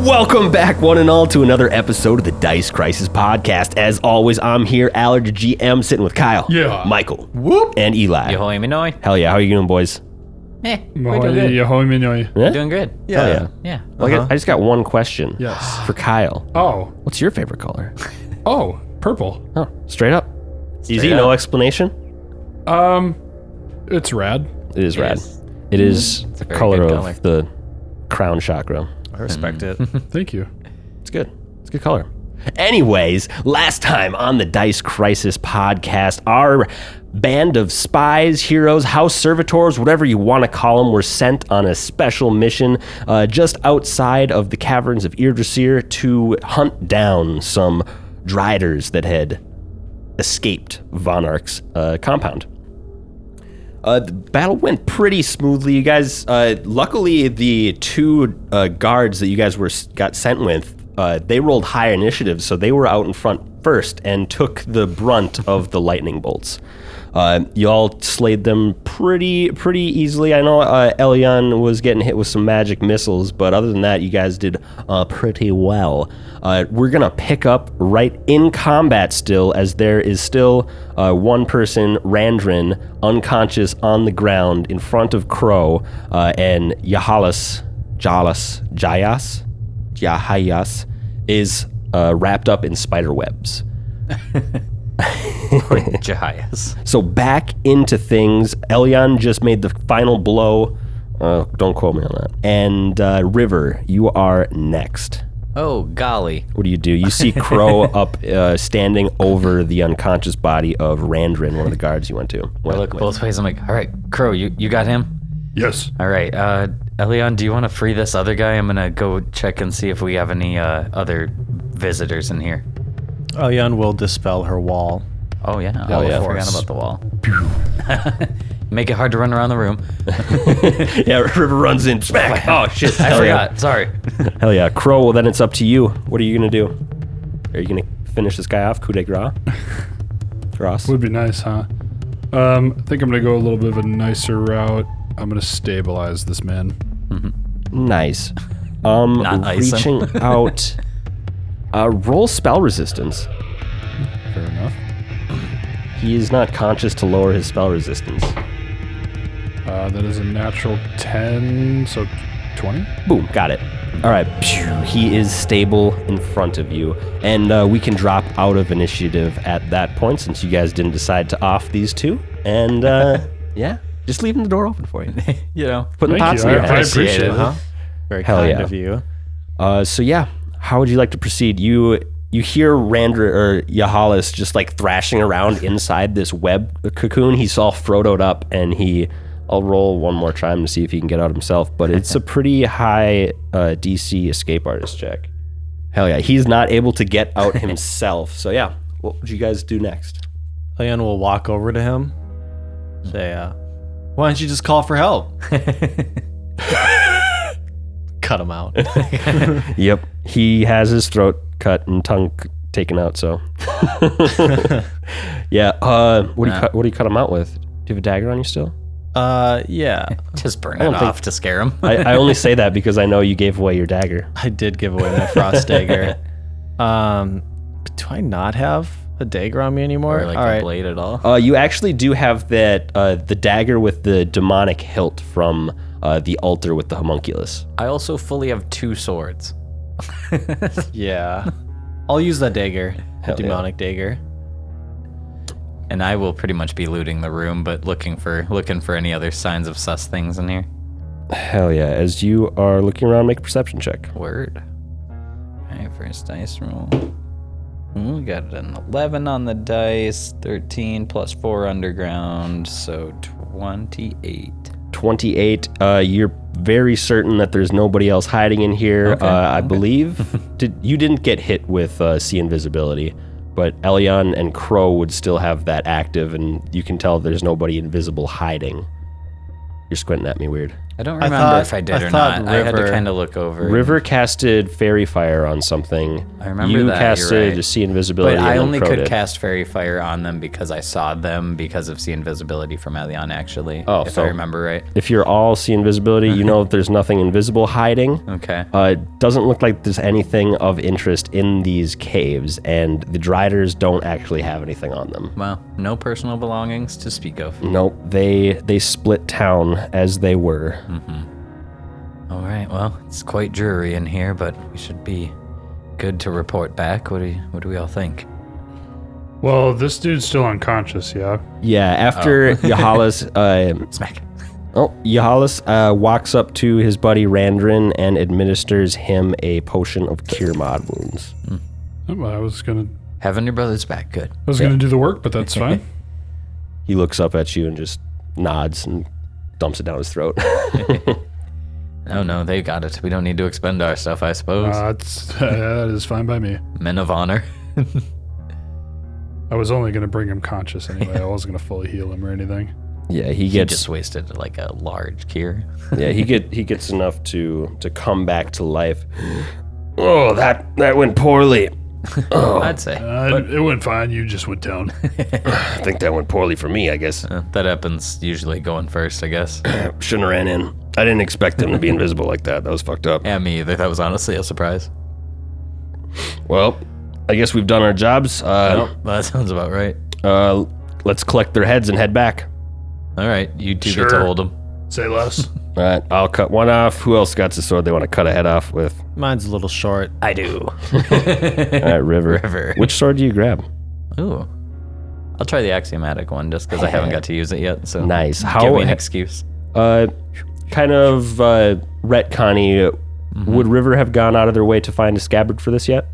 Welcome back, one and all, to another episode of the Dice Crisis Podcast. As always, I'm here, Allard, your GM, sitting with Kyle, Yeah. Michael, Whoop. and Eli. Ahoy, Minoy. Hell yeah, how are you doing, boys? Eh, we're doing good. Ahoy, ahoy, minoy. Yeah? Doing good. Uh-huh. Hell yeah. Yeah. Well, I got- I just got one question Yes. for Kyle. Oh. What's your favorite color? Oh. Purple. Oh, straight up. Easy, Straight no up. explanation. Um, it's rad. It is red. is. It is It's a the very color good of color. the crown chakra. I respect it. Thank you. It's good. It's a good color. Anyways, last time on the Dice Crisis podcast, our band of spies, heroes, house servitors, whatever you want to call them, were sent on a special mission uh, just outside of the caverns of Irdrasir to hunt down some Driders that had escaped Vonark's uh, compound. Uh, the battle went pretty smoothly, you guys. Uh, luckily, the two uh, guards that you guys were got sent with, uh, they rolled higher initiative, so they were out in front first and took the brunt of the lightning bolts. Uh, y'all slayed them pretty pretty easily. I know uh, Elion was getting hit with some magic missiles, but other than that, you guys did uh, pretty well. Uh, we're gonna pick up right in combat still, as there is still uh, one person, Randrin, unconscious on the ground in front of Crow uh, and Yahalas, Jalas, Jayas, Jahayas is uh, wrapped up in spider webs. Jahias. So back into things. Elyon just made the final blow. Uh, don't quote me on that. And uh, River, you are next. Oh, golly. What do you do? You see Crow up, uh, standing over the unconscious body of Randrin, one of the guards you went to. I Went look with. both ways. I'm like, all right, Crow, you, you got him? Yes. All right. Uh, Elion, do you want to free this other guy? I'm going to go check and see if we have any uh, other visitors in here. Elyon will dispel her wall. Oh, yeah. Oh, yeah. I forgot about the wall. Make it hard to run around the room. yeah, River runs in. Smack. Oh shit! I Hell yeah. forgot. Sorry. Hell yeah, Crow. Well, then it's up to you. What are you gonna do? Are you gonna finish this guy off? Coup de grace. Grace. Would be nice, huh? Um, I think I'm gonna go a little bit of a nicer route. I'm gonna stabilize this man. Nice. Um, Not ice him. reaching out. Uh, roll spell resistance. Fair enough. He is not conscious to lower his spell resistance. Uh, that is a natural 10, so 20. Boom, got it. All right, phew, he is stable in front of you, and uh, we can drop out of initiative at that point since you guys didn't decide to off these two. And uh, yeah, just leaving the door open for you, you know, putting Thank pots you. in I, your I head. appreciate it, it. huh? Very Hell kind yeah. of you. Uh, so yeah, how would you like to proceed? You you hear Randra or Yahalis just like thrashing around inside this web cocoon. He's all Frodoed up, and he. I'll roll one more time to see if he can get out himself, but it's a pretty high uh, DC escape artist check. Hell yeah, he's not able to get out himself. So yeah, what would you guys do next? Elyon will walk over to him. Say, uh, why don't you just call for help? Cut him out. Yep, he has his throat cut and tongue c- taken out. So yeah, uh, what do you cut? What do you cut him out with? Do you have a dagger on you still? Uh, yeah. just burn don't it think- off to scare him. I, I only say that because I know you gave away your dagger. I did give away my frost dagger. Um, but do I not have a dagger on me anymore? or like All a right. blade at all. Uh, you actually do have that uh, the dagger with the demonic hilt from uh, the altar with the homunculus. I also fully have two swords. Yeah. I'll use that dagger, the Hell yeah. demonic dagger. and I will pretty much be looting the room, but looking for looking for any other signs of sus things in here. Hell yeah! As you are looking around, make a perception check. Word. Alright, first dice roll. Ooh, we got an eleven on the dice, thirteen plus four underground, so twenty-eight. Twenty-eight. Uh, you're very certain that there's nobody else hiding in here. Okay, uh, I believe did, you didn't get hit with uh, see invisibility, but Elyon and Crow would still have that active, and you can tell there's nobody invisible hiding. You're squinting at me weird. I don't remember thought- if I did I or thought not. I had to River- kind of look over. River casted fairy fire on something. I remember you that, you're casted right. see invisibility. But and I then only Crow could did. cast Fairy Fire on them because I saw them because of the invisibility from Elion, actually. Oh, if so- I remember right. If you're all see invisibility, you know that there's nothing invisible hiding. Uh-huh. Okay. Uh, it doesn't look like there's anything of interest in these caves, and the Driders don't actually have anything on them. Well, no personal belongings to speak of. Nope, they they split town as they were. Hmm. All right. Well, it's quite dreary in here, but we should be good to report back. What do you, what do we all think? Well, this dude's still unconscious, yeah? Yeah, after Oh. Yahalas, uh, Smack. oh, Yahalas uh, walks up to his buddy Randrin and administers him a potion of cure mod wounds. Oh, I was gonna Having your brother's back. Good. I was gonna do the work, but that's fine. He looks up at you and just nods and dumps it down his throat. No, no, they got it. We don't need to expend our stuff, I suppose. Uh, it's, that is fine by me. Men of honor. I was only gonna bring him conscious anyway. I wasn't gonna fully heal him or anything. yeah, he He gets just wasted like a large cure. yeah he get he gets enough to to come back to life oh that that went poorly I'd say. Uh, it went fine. You just went down. i think that went poorly for me i guess Uh, that happens usually going first, I guess. shouldn't have ran in i didn't expect him to be invisible like that that was fucked up yeah, me either. That was honestly a surprise. well i guess we've done our jobs uh, Well, that sounds about right. uh let's collect their heads and head back All right, you two get to Sure. hold them. Say less. all right i'll cut one off who else got the sword they want to cut a head off with Mine's a little short. I do. all right river River. which sword do you grab Ooh. I'll try the axiomatic one just because I haven't got to use it yet. So nice give how me an excuse. uh, kind of uh, retconny. Mm-hmm. Would River have gone out of their way to find a scabbard for this yet?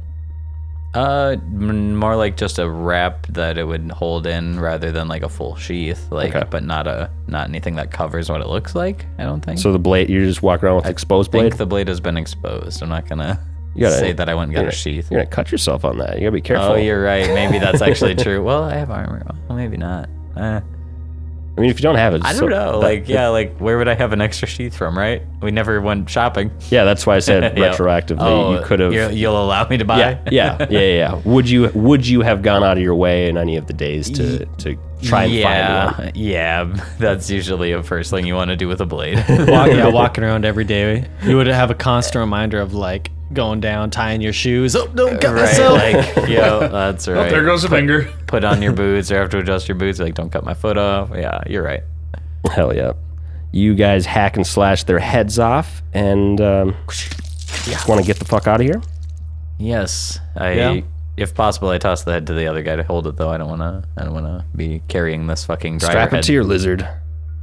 Uh, m- more like just a wrap that it would hold in rather than like a full sheath, like, Okay. but not a not anything that covers what it looks like. I don't think. So the blade, you just walk around with exposed I think blade. the blade has been exposed. I'm not gonna gotta- say that I went and got you're a sheath. You're gonna cut yourself on that. You gotta be careful. Oh, you're right. Maybe that's actually true. Well, I have armor. Well, maybe not. Uh, I mean, if you don't have it, I don't so- know. that- Like, yeah, like where would I have an extra sheath from? Right? We never went shopping. yeah, that's why I said Yeah. retroactively. Oh, you could have. you- Yeah, You'll allow me to buy. yeah, yeah, yeah, yeah. Would you Would you have gone out of your way in any of the days to to try and yeah, find one? yeah. That's usually a first thing you want to do with a blade. Walk, yeah, walking around every day, you would have a constant reminder of like going down, tying your shoes. Oh, don't cut right? myself. Like, yo, that's right. there goes a finger. Put on your boots or have to adjust your boots. Like, don't cut my foot off. Yeah, you're right. Hell yeah. You guys hack and slash their heads off and um, want to get the fuck out of here. Yes, I. Yeah. If possible, I toss the head to the other guy to hold it. Though I don't want to. I don't want to be carrying this fucking driver Strap head. it to your lizard.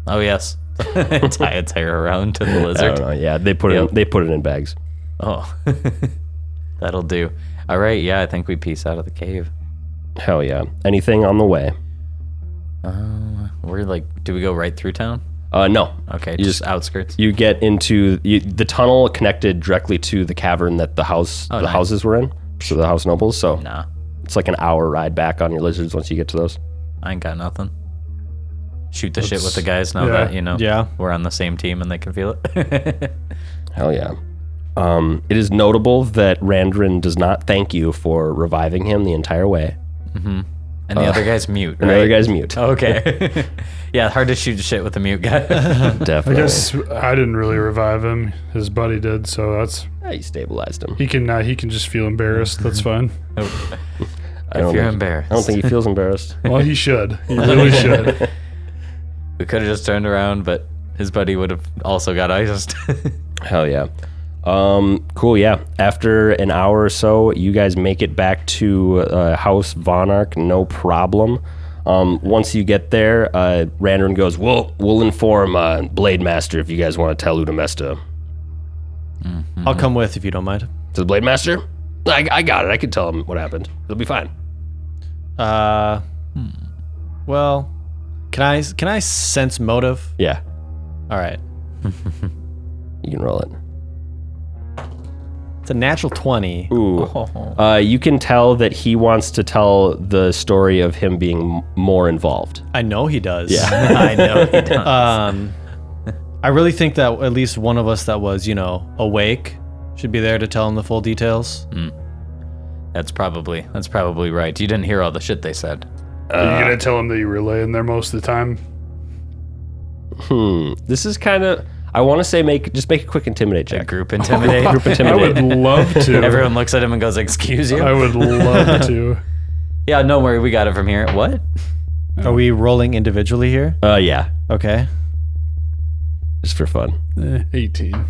Oh yes, tie its hair around to the I don't lizard. know. Yeah, they put it. Yep. In, they put it in bags. Oh, that'll do. All right, yeah, I think we peace out of the cave. Hell yeah. Anything on the way? We're like, do we go right through town? Uh, no. Okay, You just just- outskirts. You get into you, the tunnel connected directly to the cavern that the house the Oh, nice. houses were in. So the house nobles. So Nah, it's like an hour ride back on your lizards once you get to those. I ain't got nothing. Shoot the shit with the guys now yeah, that you know. yeah. we're on the same team and they can feel it. Hell yeah. Um, it is notable that Randrin does not thank you for reviving him the entire way. and the other guy's mute, The other right? Oh, guy's mute. Okay. yeah, hard to shoot shit with a mute guy. I Definitely. guess I didn't really revive him. His buddy did, so that's Yeah, you stabilized him. he can uh, he can just feel embarrassed. That's fine. I don't you're think- embarrassed. I don't think he feels embarrassed. Well, he should. He really should. we could have just turned around, but his buddy would have also got iced. Hell yeah. Um, cool. Yeah. After an hour or so, you guys make it back to uh, House Vonarch, no problem. Um, once you get there, uh, Randrin goes, "We'll we'll inform uh, Blade Master if you guys want to tell Udamesta." I'll come with if you don't mind. To the Blade Master, I, I got it. I can tell him what happened. It'll be fine. Uh, well, can I can I sense motive? Yeah, All right, you can roll it. it's a natural twenty. Ooh. Uh, you can tell that he wants to tell the story of him being m- more involved. I know he does. Yeah. I know he does. Um, I really think that at least one of us that was, you know, awake should be there to tell him the full details. That's probably that's probably right. You didn't hear all the shit they said. Are you gonna tell them that you were laying there most of the time? Hmm. This is kind of. I want to say make just make a quick intimidate A check. group intimidate. Group I would intimidate. love to. Everyone looks at him and goes, "Excuse I you." would love to. Yeah, no worry, we got it from here. What? Are we rolling individually here? Uh, yeah, Okay. just for fun. Eh, 18.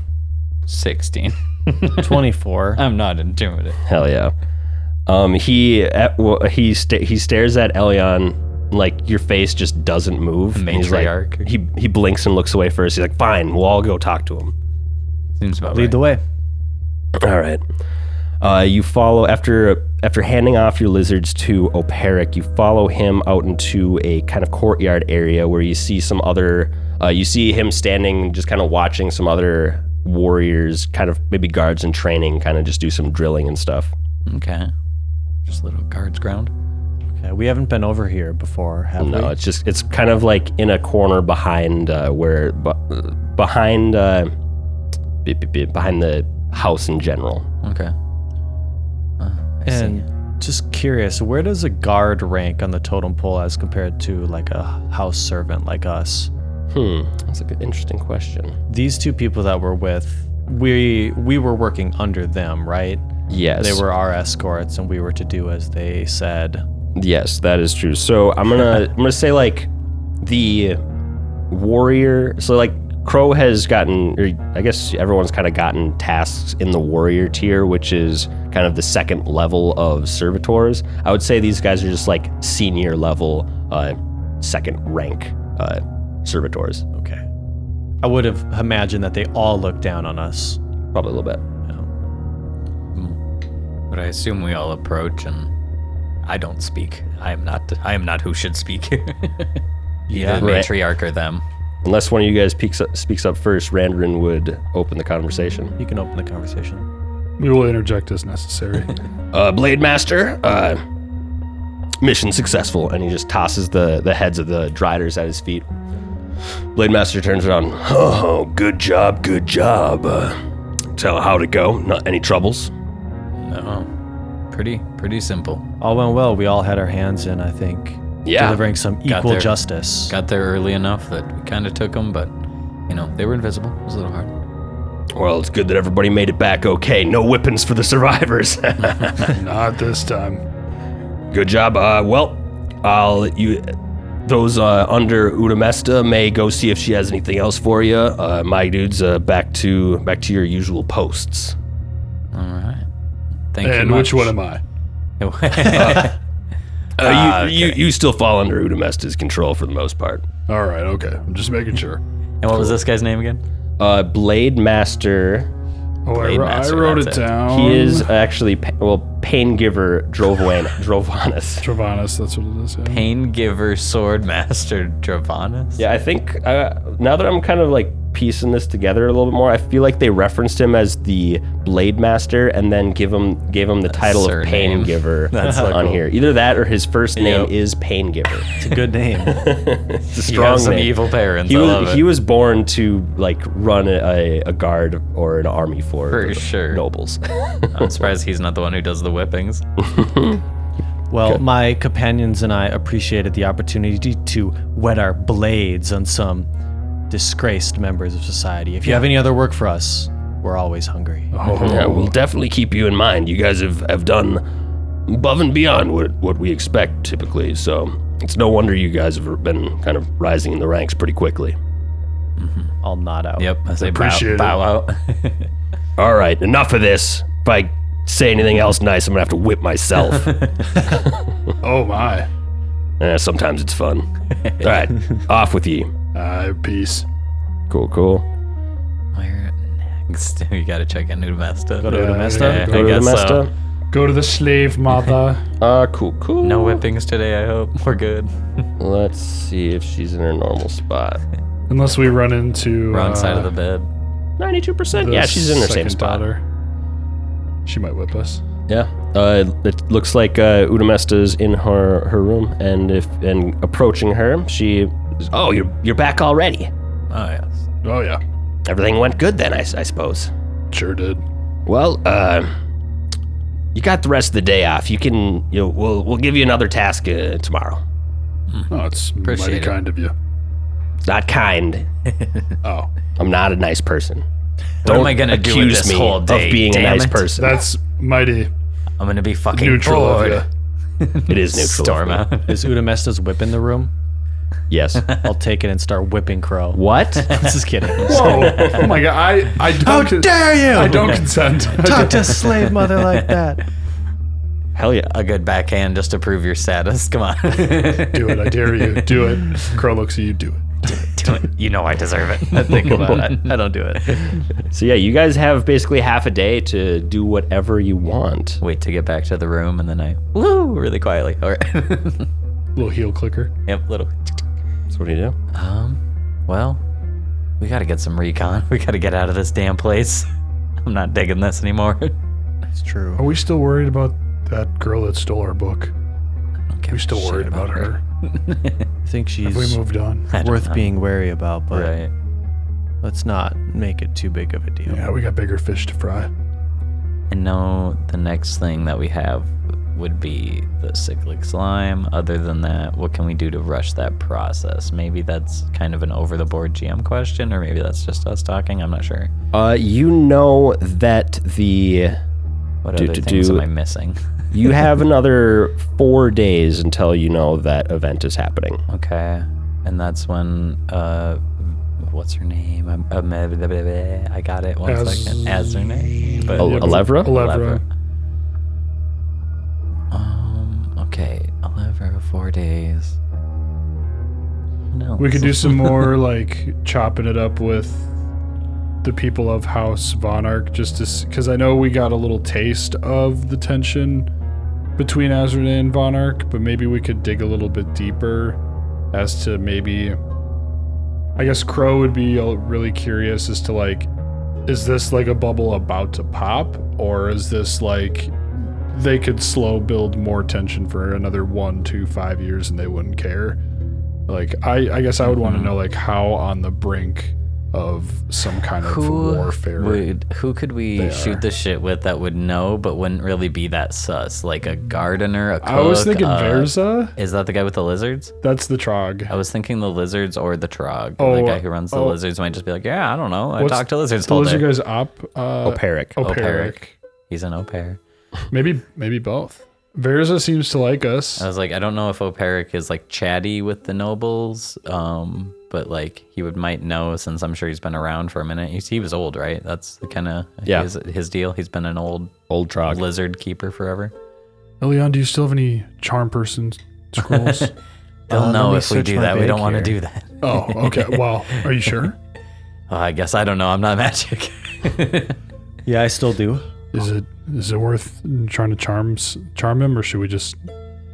Sixteen. 24. I'm not intimidated. Hell yeah. Um, he at, well, he sta he stares at Elion like your face just doesn't move. and he's like- Matriarch. he he blinks and looks away first. He's like, "Fine, we'll all go talk to him." Seems about Lead right. the way. All right. Uh, you follow after after handing off your lizards to Operic. You follow him out into a kind of courtyard area where you see some other. Uh, you see him standing, just kind of watching some other warriors, kind of maybe guards in training, kind of just do some drilling and stuff. okay. Just a little guards ground. Okay, Uh, we haven't been over here before, have we? No, it's just it's kind of like in a corner behind uh, where bu- uh, behind uh, be- be- be- behind the house in general. Okay. Uh, I see. And just curious, where does a guard rank on the totem pole as compared to like a house servant like us? Hmm, that's a good, interesting question. These two people that we're with, we we were working under them, right? Yes, They were our escorts, and we were to do as they said. Yes, that is true. So I'm gonna I'm gonna say like the warrior. So like Crow has gotten, or I guess everyone's kind of gotten tasks in the warrior tier, which is kind of the second level of servitors. I would say these guys are just like senior level, uh, second rank uh, servitors. Okay. I would have imagined that they all looked down on us. Probably a little bit. But I assume we all approach, and I don't speak. I am not. I am not who should speak. Either Right. matriarch or them. Unless one of you guys peaks up, speaks up first, Randrin would open the conversation. You can open the conversation. We will interject as necessary. uh, Blade Master, uh, mission successful. And he just tosses the, the heads of the Driders at his feet. Blade Master turns around. Oh, good job, good job. Uh, tell how to go. Not any troubles. No. Pretty. Pretty simple. All went well. We all had our hands in, I think. Yeah. Delivering some equal there. justice. Got there early enough that we kind of took them, but you know they were invisible. It was a little hard. Well, it's good that everybody made it back okay. No whippings for the survivors. Not this time. good job. Uh, well, I'll you. Those uh, under Udamesta may go see if she has anything else for you. Uh, my dudes, uh, back to back to your usual posts. All right. Thank you. And which one am I? I? Uh, you, you, you still fall under Udamesta's control for the most part. All right, okay. I'm just making sure. and what was this guy's name again? Uh, Blade Master, Oh, I, Blade wr- Master, I wrote it that's it. down. he is actually, pa- well, Pain Giver Drovan, Drovanus. Travanis, that's what it is. Yeah. Pain Giver Sword Master Dravanus. Yeah, I think uh, now that I'm kind of like piecing this together a little bit more, I feel like they referenced him as the Blade Master and then give him gave him the title of surname. Pain Giver That's so on cool. here. Either that or his first name Yep. is Pain Giver. It's a good name. It's a You have strong some name. evil parents. He I was, love it. he was born to like run a, a guard or an army for, For the sure. nobles. I'm surprised he's not the one who does the whippings. Well, my companions and I appreciated the opportunity to wet our blades on some disgraced members of society. If you have any other work for us, we're always hungry. Oh, yeah, we'll definitely keep you in mind. You guys have, have done above and beyond what, what we expect typically, so it's no wonder you guys have been kind of rising in the ranks pretty quickly. I'll nod out. Yep, I say Appreciate bow, it. bow out. All right, enough of this. If I say anything else nice, I'm gonna have to whip myself. oh my. Eh, sometimes it's fun. All right, off with you. Uh, peace. Cool, cool. Where next? We gotta check in Udamesta. Go to Yeah, Udamesta? yeah, I Go to the guess uh, so. master. Go to the slave mother. Uh, cool, cool. No whippings today, I hope. We're good. Let's see if she's in her normal spot. Unless we run into. Wrong uh, side of the bed. 92%? the Yeah, she's in her same second spot. Daughter. She might whip us. Yeah. Uh, it looks like uh, Udamesta's in her, her room, and if and approaching her, she. Oh, you're you're back already. Oh, yes. Oh, yeah. Everything went good then, I, s- I suppose. Sure did. Well, uh, you got the rest of the day off. You can. You know, we'll we'll give you another task uh, tomorrow. Oh, it's Appreciate mighty it. kind of you. It's not kind. Oh, I'm not a nice person. What am I gonna do with accuse this me whole day? of being a Damn nice it. person. that's mighty I'm gonna be fucking neutral of bored. you. it is neutral. of Storm me. out. Is Udamesta's whip in the room? Yes. I'll take it and start whipping Crow. what? Just kidding. Whoa! oh my god! I I don't. How con- dare you! I don't consent. I talk don't- to slave mother like that. Hell yeah. A good backhand just to prove your status. Come on. do it! I dare you. Do it. Crow looks at you. Do it. Do it. You know I deserve it. I think about it. I don't do it. So yeah, you guys have basically half a day to do whatever you want. Wait to get back to the room and then I woo really quietly. All right. Little heel clicker. yep. Little. So what do you do? Um. Well, we gotta get some recon. We gotta get out of this damn place. I'm not digging this anymore. It's true. Are we still worried about that girl that stole our book? Are we still worried about her? I think Have we she's moved on? worth being wary about, but Right. let's not make it too big of a deal. Yeah, we got bigger fish to fry. And no, the next thing that we have would be the cyclic slime. Other than that, what can we do to rush that process? Maybe that's kind of an over the board GM question, or maybe that's just us talking. I'm not sure. Uh, you know that the What Do- other do- things do- am I missing? you have another four days until you know that event is happening. okay. And that's when, uh, what's her name? I'm, I'm- blah, blah, blah, blah. I got it. One Az- second. As her name. But, Al- Yep. Alevra? Alevra. um, okay. Eleven, four days. No. We could do some more like chopping it up with the people of House Vonarch just to because I know we got a little taste of the tension between Azrina and Vonarch, but maybe we could dig a little bit deeper as to maybe I guess Crow would be all- really curious as to like is this like a bubble about to pop or is this like they could slow build more tension for another one, two, five years and they wouldn't care. Like I, I guess I would want to know like how on the brink of some kind of Who warfare. Would, who could we They shoot are. the shit with that would know but wouldn't really be that sus? Like a gardener, a cook. I was thinking uh, Verza. Is that the guy with the lizards? That's the trog. I was thinking the lizards or the trog. the Oh, guy who runs the oh. lizards might just be like, yeah, I don't know. I What's talk to lizards The all lizard day. goes up. Uh, Operic. Operic. He's an au pair. Maybe maybe both. Verza seems to like us. I was like, I don't know if Operic is like chatty with the nobles, um, but like he would might know since I'm sure he's been around for a minute. He's, he was old, right? That's the kind of Yeah. his, his deal. He's been an old Old Trog. lizard keeper forever. Elion, do you still have any charm person scrolls? They'll Uh, let know me if we search do my that. We bank don't want to do here. that. oh, okay. Well, are you sure? Uh, I guess I don't know. I'm not magic. Yeah, I still do. Is it is it worth trying to charm s- charm him, or should we just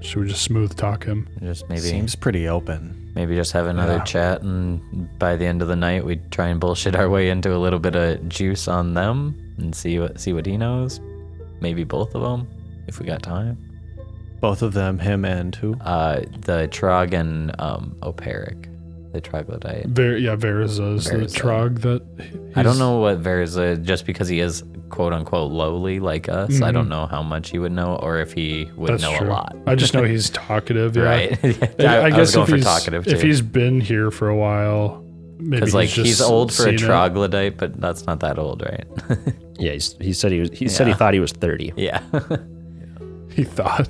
should we just smooth talk him? just maybe, Seems pretty open. maybe just have another Yeah. chat, and by the end of the night, we try and bullshit our way into a little bit of juice on them and see what see what he knows. Maybe both of them, if we got time. Both of them, him and who? Uh, the Trog and um, Operic, the troglodyte. Ver, yeah, Verza is Verza. the trog that. he- I don't he's- know what Verza, just because he is quote unquote lowly like us. I don't know how much he would know, or if he would Mm-hmm. That's know true. a lot. I just know he's talkative. Yeah. Right? I, I guess was going if, for he's, talkative. if too. he's been here for a while, maybe Because like just he's old for seen a it. troglodyte, but that's not that old, right? Yeah, he's, he said he was. He said he Yeah. thought he was thirty. yeah. He thought.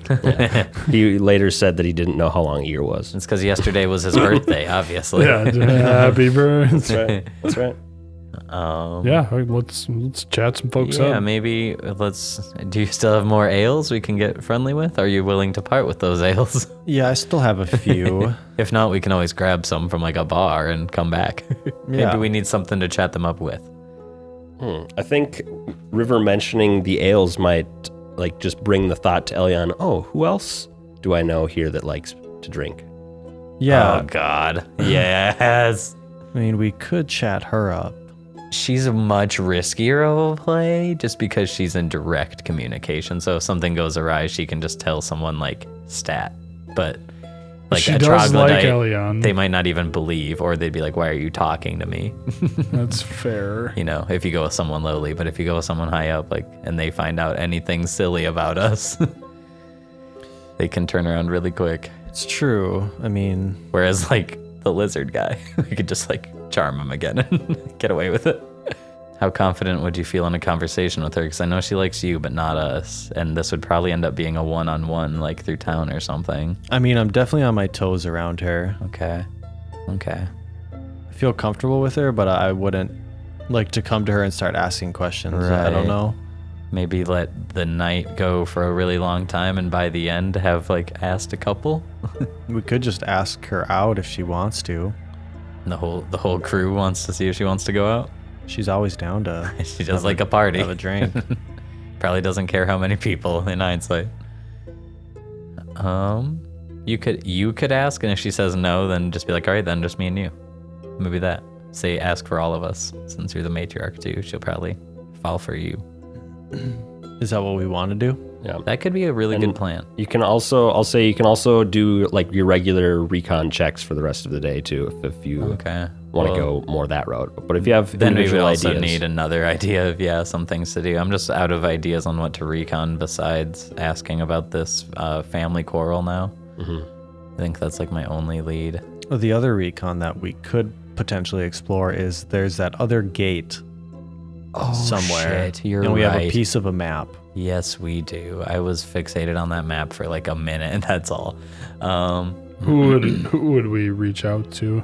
He later said that he didn't know how long a year was. it's because yesterday was his birthday, obviously. yeah, happy birthday. That's right. Um, Yeah, all right, let's let's chat some folks yeah, up. maybe uh, let's. Do you still have more ales we can get friendly with? Are you willing to part with those ales? Yeah, I still have a few. if not, we can always grab some from like a bar and come back. Yeah. Maybe we need something to chat them up with. I think River mentioning the ales might like just bring the thought to Elion. Oh, who else do I know here that likes to drink? yeah, Oh God, yes. I mean, we could chat her up. she's a much riskier of a play just because she's in direct communication. So if something goes awry, she can just tell someone like stat. But Like she a does like troglodyte, Elion. they might not even believe, or they'd be like, "Why are you talking to me?" That's fair. you know, if you go with someone lowly, but if you go with someone high up, like, and they find out anything silly about us, they can turn around really quick. It's true. I mean, Whereas, like, the lizard guy, we could just, like, charm him again and get away with it. How confident would you feel in a conversation with her? Because I know she likes you, but not us. And this would probably end up being a one on one, like, through town or something. I mean, I'm definitely on my toes around her. Okay. Okay. I feel comfortable with her, but I wouldn't like to come to her and start asking questions. I Right. don't know. Maybe let the night go for a really long time and by the end have, like, asked a couple. We could just ask her out if she wants to. And the whole the whole crew wants to see if she wants to go out. She's always down to She does like a party. have a drink. Probably doesn't care how many people in hindsight. Um, you could you could ask, and if she says no, then just be like, all right, then just me and you. Maybe that. Say ask for all of us, since you're the matriarch too. She'll probably fall for you. Is that what we want to do? Yeah. That could be a really And- good plan. You can also, I'll say, you can also do like your regular recon checks for the rest of the day too, if, if you Okay. want to Well, go more that route. But if you have Then we would individual also ideas, need another idea of yeah, some things to do. I'm just out of ideas on what to recon besides asking about this uh, family quarrel now. Mm-hmm. I think that's like my only lead. Well, the other recon that we could potentially explore is there's that other gate Oh, somewhere, shit, you're and we have a right. piece of a map. Yes, we do. I was fixated on that map for like a minute, and that's all. Um, Who would who would we reach out to?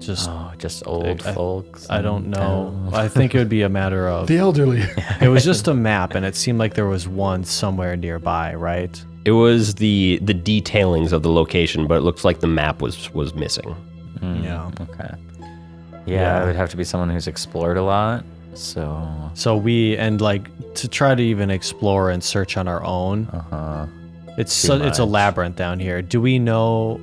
Just oh, just old I- folks. I don't in know. town. I think it would be a matter of The elderly. it was just a map, and it seemed like there was one somewhere nearby, right? it was the the detailings of the location, but it looks like the map was was missing. Mm, Yeah. Okay. Yeah, it would have to be someone who's explored a lot. So, So we and like to try to even explore and search on our own. uh huh. It's so, it's a much. labyrinth down here. Do we know?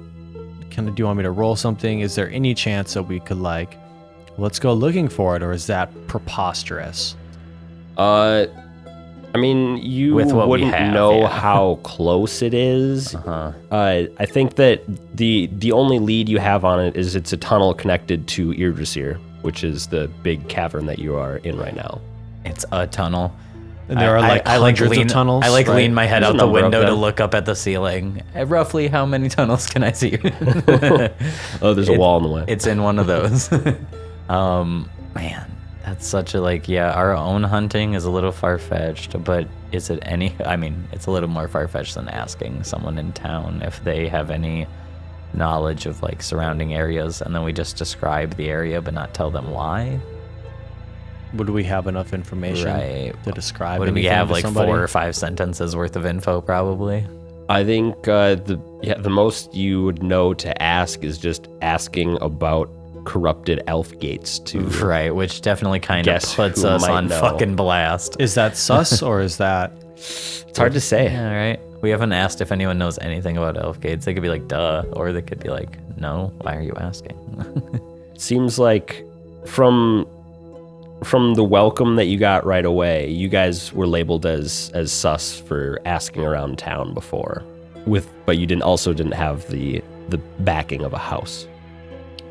Can do you want me to roll something? Is there any chance that we could like, let's go looking for it, or is that preposterous? Uh, I mean, you With what we wouldn't have, know yeah. how close it is. Uh-huh. Uh, I think that the the only lead you have on it is it's a tunnel connected to Irdrasir, which is the big cavern that you are in right now. It's a tunnel. And there I- are I- like I, hundreds lean, of tunnels. I like right? lean my head There's a out the number of window to them. look up at the ceiling. Uh, Roughly, how many tunnels can I see? Oh, there's a wall in the way. it's in one of those. um, man, that's such a like. Yeah, our own hunting is a little far fetched, but is it any? I mean, it's a little more far fetched than asking someone in town if they have any knowledge of like surrounding areas, and then we just describe the area but not tell them why. Would we have enough information Right. to describe? Would we anything have to like somebody? four or five sentences worth of info? Probably. I think uh, the yeah, the most you would know to ask is just asking about corrupted elf gates to Right, which definitely kind of Guess puts who us might on know. fucking blast. Is that sus or is that? It's hard to say. Yeah, right. We haven't asked if anyone knows anything about elf gates. They could be like, duh, or they could be like, no, why are you asking? seems like from from the welcome that you got right away, you guys were labeled as as sus for asking around town before. With but you didn't also didn't have the the backing of a house.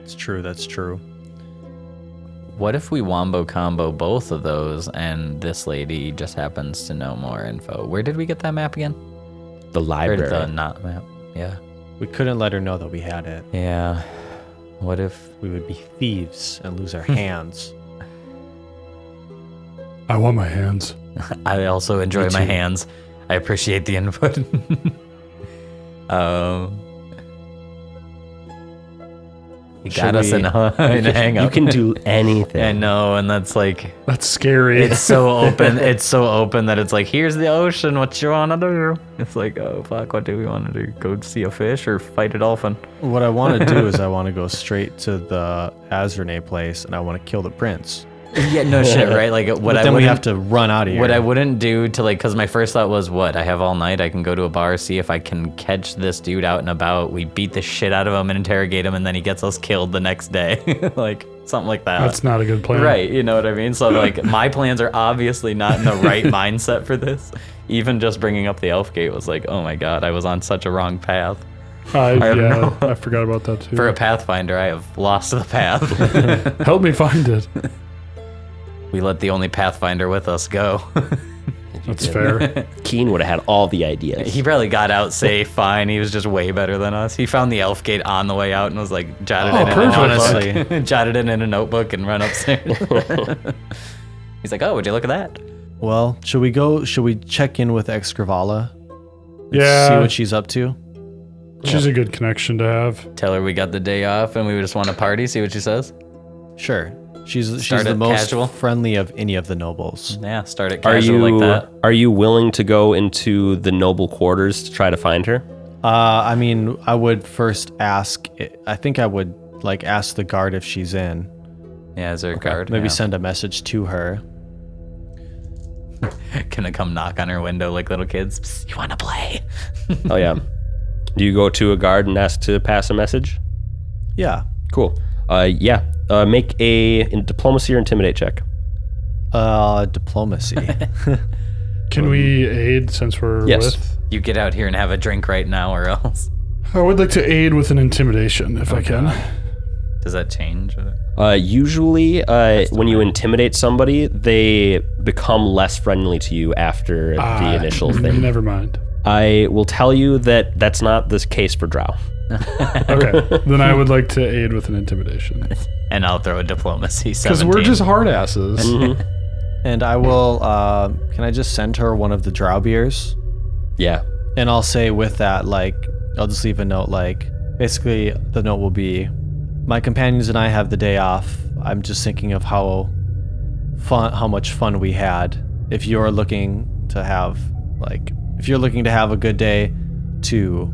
It's true. That's true. what if we wombo combo both of those and this lady just happens to know more info? Where did we get that map again? The Or library. the not map. Yeah. We couldn't let her know that we had it. Yeah. What if We would be thieves and lose our hands. I want my hands. I also enjoy my hands. I appreciate the input. um, you Should got us in we- a, in a hang you up. can do I anything. know, and that's like That's scary. it's so open. It's so open that it's like, here's the ocean. What you wanna do? It's like, oh fuck, what do we wanna do? Go see a fish or fight a dolphin? what I want to do is I want to go straight to the Azrene place and I want to kill the prince. Yeah, no shit, right? Like what But I then we wouldn't- have to run out of here. What I wouldn't do to like, because my first thought was, what? I have all night. I can go to a bar, see if I can catch this dude out and about. We beat the shit out of him and interrogate him, and then he gets us killed the next day. like, something like that. That's not a good plan. Right. You know what I mean? So, like, my plans are obviously not in the right mindset for this. Even just bringing up the elf gate was like, oh my God, I was on such a wrong path. I, have yeah, no- I forgot about that too. For a Pathfinder, I have lost the path. Help me find it. we let the only Pathfinder with us go. That's fair. Keen would have had all the ideas. he probably got out safe, fine. He was just way better than us. He found the elf gate on the way out and was like Oh, jotted it in a perfect. notebook. jotted it in a notebook and run upstairs. He's like, oh, would you look at that? Well, should we go? Should we check in with Excravala? Yeah, See what she's up to? she's a good connection to have. Tell her we got the day off and we just want to party. See what she says. Sure. She's she's Start the it most casual. friendly of any of the nobles. Yeah, start it are casual you uh, like that. are you willing to go into the noble quarters to try to find her? Uh, I mean, I would first ask. I think I would like ask the guard if she's in. Yeah, is there a guard? Maybe Yeah. send a message to her. Gonna come knock on her window like little kids. "Psst, You want to play? Oh yeah. Do you go to a guard and ask to pass a message? Yeah. Cool. Uh, yeah. Uh, make a in diplomacy or intimidate check. Uh, diplomacy. Can we aid since we're Yes. with? You get out here and have a drink right now, or else. I would like to aid with an intimidation if I can. Does that change? Uh, usually, uh, when you intimidate somebody, they become less friendly to you after the initial thing. Ah, Never mind. I will tell you that that's not the case for Drow. Okay, then I would like to aid with an intimidation And I'll throw a diplomacy. because Because we're just hard asses. and I will. Uh, can I just send her one of the drow beers? Yeah. And I'll say with that, like, I'll just leave a note, like, basically, the note will be My companions and I have the day off. I'm just thinking of how fun, how much fun we had. If you're looking to have, like, if you're looking to have a good day, too,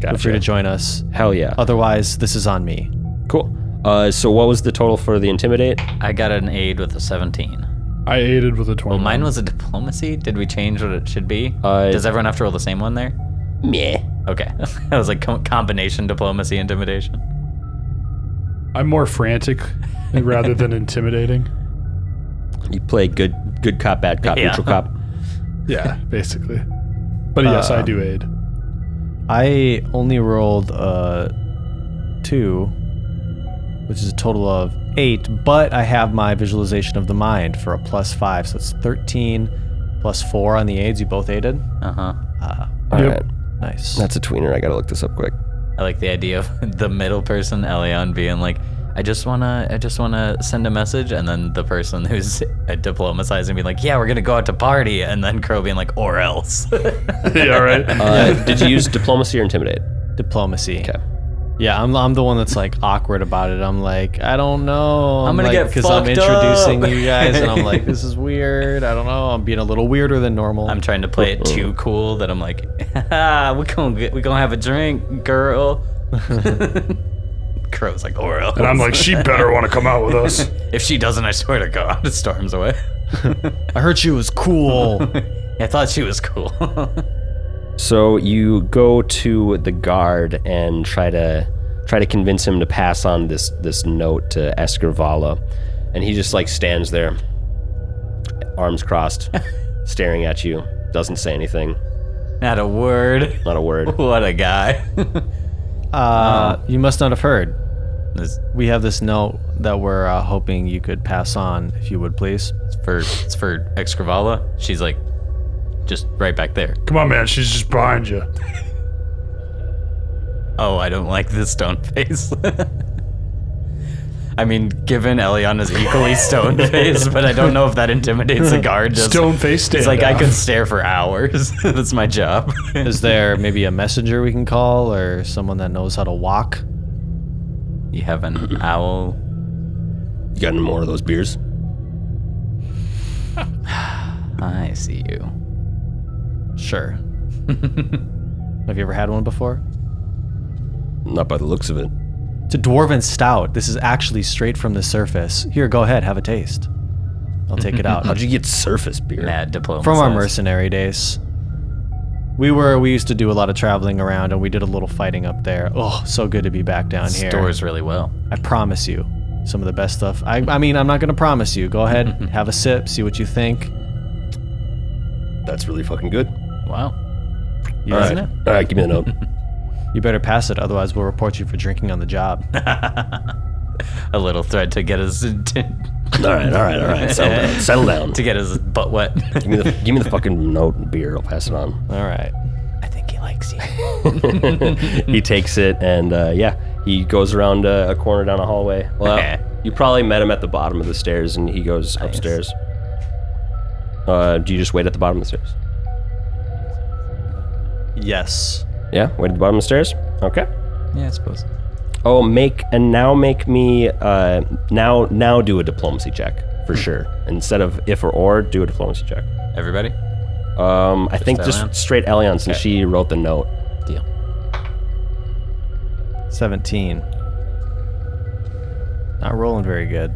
feel free to Gotcha. join us. Hell yeah. Otherwise, this is on me. Uh, Cool. Uh, so what was the total for the intimidate? I got an aid with a 17. I aided with a twenty. Well, Oh, mine was a diplomacy. Did we change what it should be? Uh, Does everyone have to roll the same one there? Meh. Okay. I was like com- combination diplomacy, intimidation. I'm more frantic rather than intimidating. You play good, good cop, bad cop, Yeah. neutral cop. Yeah, basically. But yes, I do aid. I only rolled uh two, which is a total of eight, but I have my visualization of the mind for a plus five, so it's thirteen plus four on the aids. You both aided. Uh Uh-huh. huh. All Yep. right. Nice. That's a tweener. I gotta look this up quick. I like the idea of the middle person, Elion, being like, I just wanna, I just wanna send a message, and then the person who's uh, diplomatizing being like, Yeah, we're gonna go out to party, and then Crow being like, or else. yeah, right. Uh, did you use diplomacy or intimidate? diplomacy. Okay. Yeah, I'm, I'm the one that's like awkward about it. I'm like, I don't know. I'm, gonna like, get I'm fucked up. introducing you guys, and I'm like, this is weird. I don't know. I'm being a little weirder than normal. I'm trying to play it too cool that I'm like, ah, we gonna get, we gonna have a drink, girl. Crow's like, or else. and I'm like, she better want to come out with us. if she doesn't, I swear to God, it storms away. I heard she was cool. Uh, I thought she was cool. So you go to the guard and try to try to convince him to pass on this this note to Escarvala, and he just like stands there, arms crossed, staring at you. Doesn't say anything. Not a word. Not a word. What a guy. Uh-huh. uh, you must not have heard. This- We have this note that we're uh, hoping you could pass on, if you would please. It's for it's for Excravala. She's like just right back there. Come on, man. She's just behind you. Oh, I don't like this stone face. I mean, given Elion is equally stone faced, but I don't know if that intimidates the guard. Just, Stone face stand. It's like I up. could stare for hours. That's my job. Is there maybe a messenger we can call or someone that knows how to walk? you have an owl. You got any more of those beers? I see you. Sure. have you ever had one before? Not by the looks of it. It's a dwarven stout. This is actually straight from the surface. Here, go ahead, have a taste. I'll take it out. How'd you get surface beer? Mad diploma. from our says. mercenary days. We were we used to do a lot of traveling around and we did a little fighting up there. Oh, so good to be back down here. Stores really well. I promise you some of the best stuff. I, I mean, I'm not going to promise you. Go ahead, have a sip, see what you think. That's really fucking good. Wow. All right. Isn't All right, give me the note. You better pass it, otherwise we'll report you for drinking on the job. A little threat to get his to All right, all right, all right. Settle down. Settle down. get his butt wet. Give me the, give me the fucking note and beer. I'll pass it on. All right. I think he likes you. he takes it and uh, yeah, he goes around uh, a corner down a hallway. Well, you probably met him at the bottom of the stairs, and he goes upstairs. Uh, do you just wait at the bottom of the stairs? Yes. Yeah, wait at the bottom of the stairs. Okay. yeah, I suppose. Oh, make and now make me uh, now now do a diplomacy check for sure. Instead of if or or, do a diplomacy check. Everybody? Um, I think Elion? just straight Elion since she wrote the note. Deal. 17. Not rolling very good.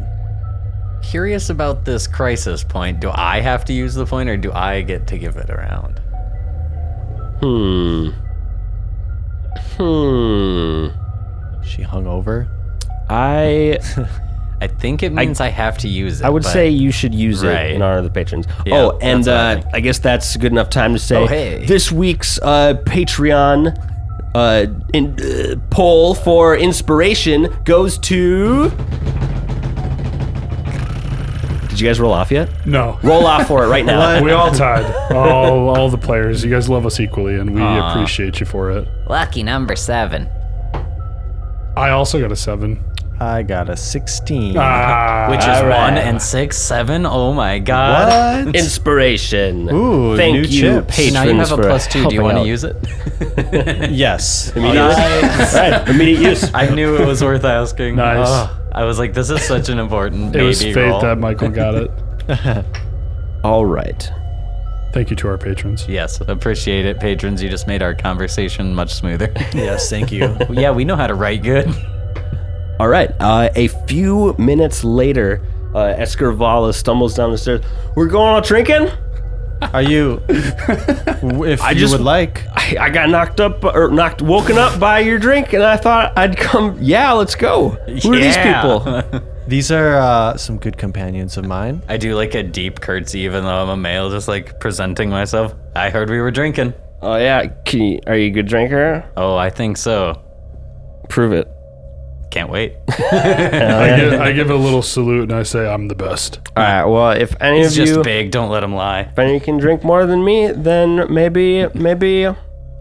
Curious about this crisis point. Do I have to use the point or do I get to give it around? Hmm. Hmm. She hung over. I I think it means I, have to use it. I would but- say you should use Right. it in honor of the patrons. Yeah, oh, and that's what I uh, I guess that's good enough time to say Oh, hey. this week's uh, Patreon uh, in, uh, poll for inspiration goes to. Did you guys roll off yet? No. Roll off for it right now. We all tied. All, all the players. You guys love us equally, and we Ah. appreciate you for it. lucky number seven. I also got a seven. I got a 16. Ah, Which is All right. one and six, seven. Oh my god. inspiration. Ooh, thank new you, chips. patrons. Now you have a for plus two. Do helping you want out. to use it? yes. Immediate use? right, immediate use. I knew it was worth asking. Nice. Ugh. I was like, this is such an important. it was maybe fate roll. that Michael got it. All right. Thank you to our patrons. Yes, appreciate it, patrons. You just made our conversation much smoother. yes, thank you. yeah, we know how to write good. All right. Uh, a few minutes later, uh, Escarvala stumbles down the stairs. We're going out drinking. Are you, if you just- would like, I, I got knocked up or knocked, woken up by your drink, and I thought I'd come. Yeah, let's go. Who are these people? these are uh, some good companions of mine. I do like a deep curtsy, even though I'm a male, just like presenting myself. I heard we were drinking. Oh yeah. Can you, are you a good drinker? Uh, Oh, I think so. Prove it. Can't wait. I, give, I give a little salute and I say, I'm the best. All right. Well, if any He's of just you, if big. Don't let him lie. any of you can drink more than me, then maybe, maybe,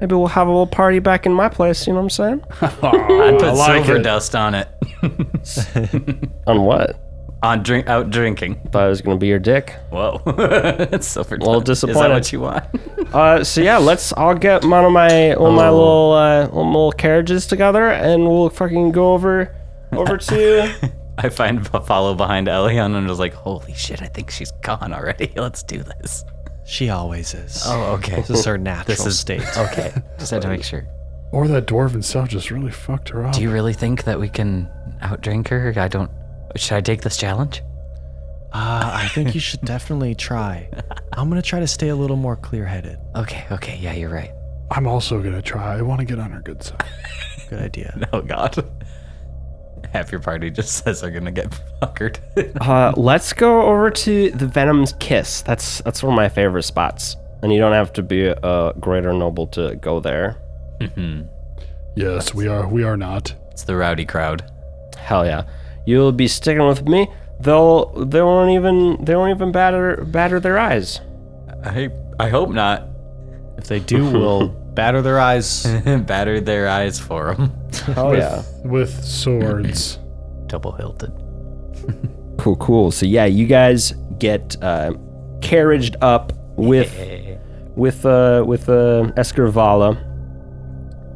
maybe we'll have a little party back in my place. You know what I'm saying? I put like silver it. dust on it. On what? on drink out drinking. Thought I was gonna be your dick. Whoa, it's silver dust. Well, Is that disappointed. what you want? Uh, so yeah, let's. I'll get one of my one of my little uh, little carriages together, and we'll fucking go over over to. I find follow behind Elion and was like, holy shit, I think she's gone already. Let's do this. She always is. Oh, okay. This is her natural is- oh. state. Okay. Just had to make sure. Or that dwarven cell just really fucked her up. Do you really think that we can outdrink her? I don't. Should I take this challenge? Uh, I think you should definitely try. I'm going to try to stay a little more clear headed. Okay, okay. Yeah, you're right. I'm also going to try. I want to get on her good side. Good idea. Oh, God. Half your party just says they're going to get fuckered. Uh, let's go over to the Venom's Kiss. That's that's one of my favorite spots, and you don't have to be a greater noble to go there. Yes, we are. We are not. it's the rowdy crowd. Hell yeah, you'll be sticking with me. They'll they won't even they won't even batter batter their eyes. I, I hope not. If they do, we'll batter their eyes. Battered their eyes for them. Oh yeah. With swords. Double hilted. Cool, cool. So yeah, you guys get uh, carriaged up with with uh, with uh, Escarvala.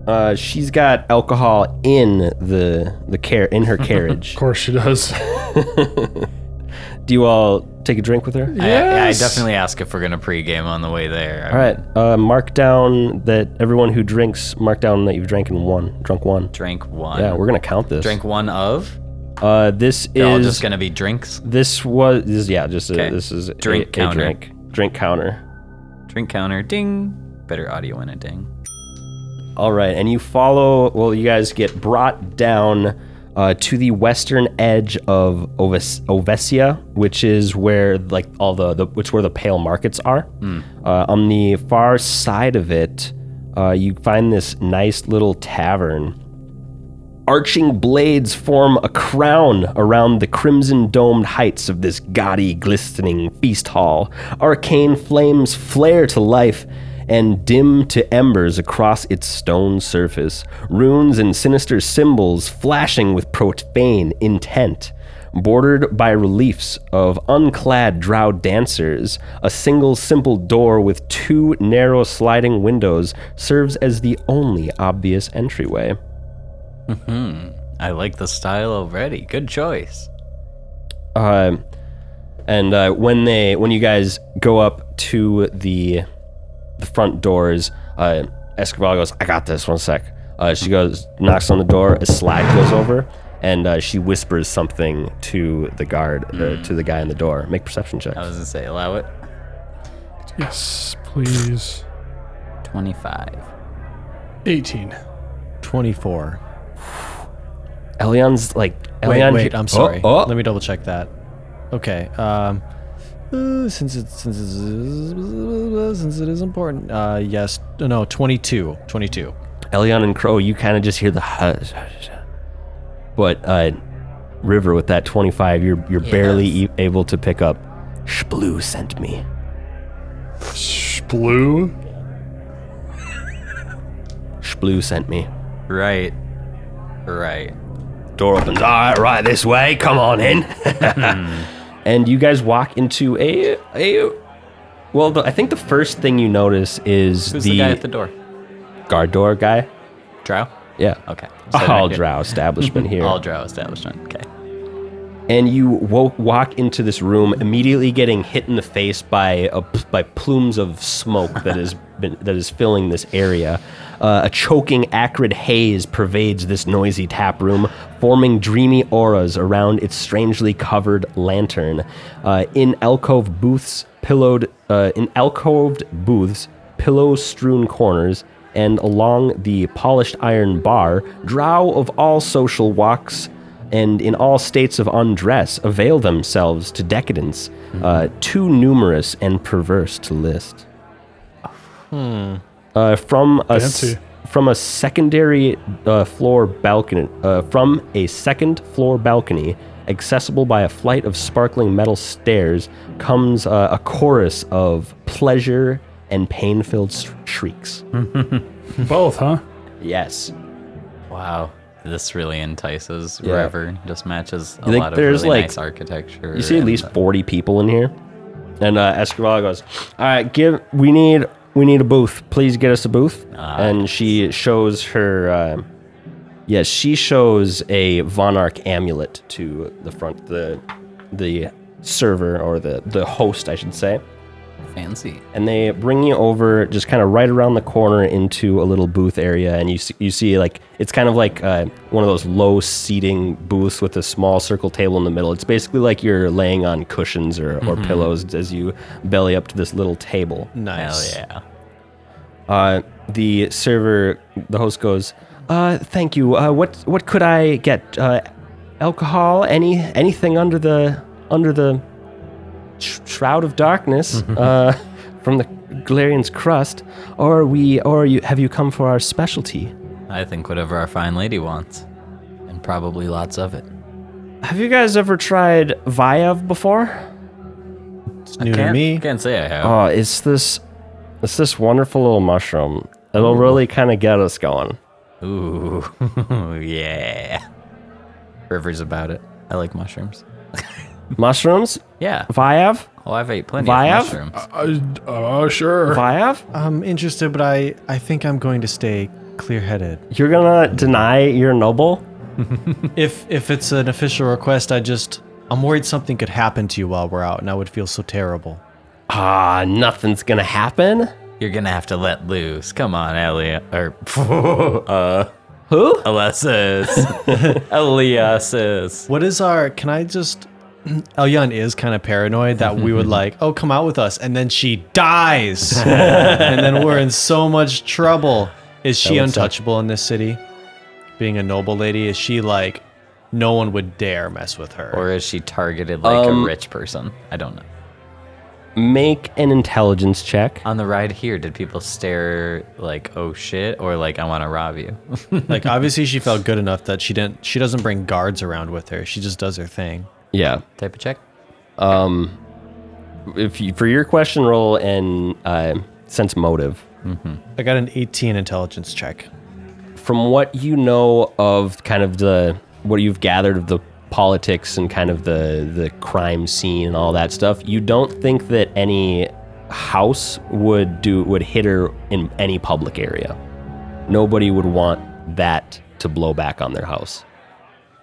Uh, she's got alcohol in the the care in her carriage. of course she does. Do you all take a drink with her? I- I, Yes. definitely ask if we're gonna pregame on the way there. All right. Uh, mark down that everyone who drinks. Mark down that you've drank in one, drunk one. Drink one. Yeah, we're gonna count this. Drink one of. Uh, this They're all is just gonna be drinks. this was this, is- yeah. Just a, Okay. this is a- Drink a counter. drink drink counter. Drink counter. Ding. Better audio in a ding. All right, and you follow. Well, you guys get brought down uh, to the western edge of Oves- Ovesia, which is where like all the, the which where the pale markets are. Uh, on the far side of it, uh, you find this nice little tavern. Arching blades form a crown around the crimson domed heights of this gaudy, glistening feast hall. Arcane flames flare to life and dim to embers across its stone surface, runes and sinister symbols flashing with profane intent. Bordered by reliefs of unclad drow dancers, a single simple door with two narrow sliding windows serves as the only obvious entryway. I like the style already. Good choice. Um, and uh, when they when you guys go up to the the front doors, uh, Escobar goes, "I got this. One sec." Uh, she goes, knocks on the door. A slide goes over, and uh, she whispers something to the guard, Hmm. uh, to the guy in the door. Make perception checks. Uh, I was gonna say allow it. Yes, please. Twenty-five. 18. 24. Elion's like, Wait, Elion, wait, I'm sorry. Oh, oh. Let me double check that. Okay. Um, uh, since it since it's, since it is important. Uh, yes. No. 22. 22. Elion and Crow, you kind of just hear the hush, hush, hush. but uh, River with that 25, you're you're barely e- able to pick up. Shblue sent me. Splue? Shblue sent me. Right. Right. Door opens. All right, right this way. Come on in. and you guys walk into a a. Well, the, I think the first thing you notice is Who's the, guy at the door? guard door guy. Drow. Yeah. Okay. All drow establishment here. All drow establishment. Okay. and you wo- walk into this room, immediately getting hit in the face by a, p- by plumes of smoke that has been that is filling this area. Uh, a choking, acrid haze pervades this noisy tap room, forming dreamy auras around its strangely covered lantern. Uh, in alcove booths, pillowed uh, in alcoved booths, pillow-strewn corners, and along the polished iron bar, drow of all social walks and in all states of undress avail themselves to decadence, Hmm. uh, too numerous and perverse to list. Uh, from a s- Hmm. Fancy. from a secondary uh, floor balcony, uh, from a second floor balcony, accessible by a flight of sparkling metal stairs, comes uh, a chorus of pleasure and pain-filled s- shrieks. Both, huh? Yes, Wow. This really entices Yeah. River. Just matches a think lot of there's, really like- nice architecture. You see at and least the- forty people in here, and uh, Escobar goes, "All right, give. We need we need a booth. Please get us a booth." and she shows her. Uh, yes, she shows a Vonarch amulet to the front the the server or the the host, I should say. fancy. And they bring you over, just kind of right around the corner into a little booth area, and you see, you see like it's kind of like uh, one of those low seating booths with a small circle table in the middle. It's basically like you're laying on cushions or, or pillows as you belly up to this little table. Hell Nice. yeah. Uh, the server, the host goes, uh, "Thank you. Uh, what what could I get? Uh, alcohol? Any anything under the under the sh- shroud of darkness uh, from the Galarian's crust? Or we or you have you come for our specialty? I think whatever our fine lady wants, and probably lots of it. Have you guys ever tried Viav before?" It's new to me. Can't say I have. Oh, it's this it's this wonderful little mushroom. It'll really kind of get us going. Ooh, yeah. Rivers about it. I like mushrooms. Mushrooms? Yeah. Viav? Well, I've ate plenty Viav? of mushrooms. Uh, uh, sure. Viav? I'm interested, but I I think I'm going to stay clear-headed. You're gonna deny you're noble? if if it's an official request, I just I'm worried something could happen to you while we're out, and I would feel so terrible. Ah, nothing's gonna happen. You're gonna have to let loose. Come on, Elliot. Or uh, Who? Alessis. Eliasis. What is our? Can I just? Elyon is kind of paranoid that we would like, oh, come out with us, and then she dies, and then we're in so much trouble. Is she would suck. untouchable in this city? Being a noble lady, is she like, no one would dare mess with her? Or is she targeted like Um, a rich person? I don't know. Make an intelligence check. On the ride here, did people stare like, oh shit, or like, I want to rob you? Like obviously she felt good enough that she didn't she doesn't bring guards around with her. She just does her thing. Yeah. type of check? If you, for your question roll and uh, sense motive. I got an 18 intelligence check. from what you know of kind of the what you've gathered of the politics and kind of the the crime scene and all that stuff, you don't think that any house would do would hit her in any public area. Nobody would want that to blow back on their house.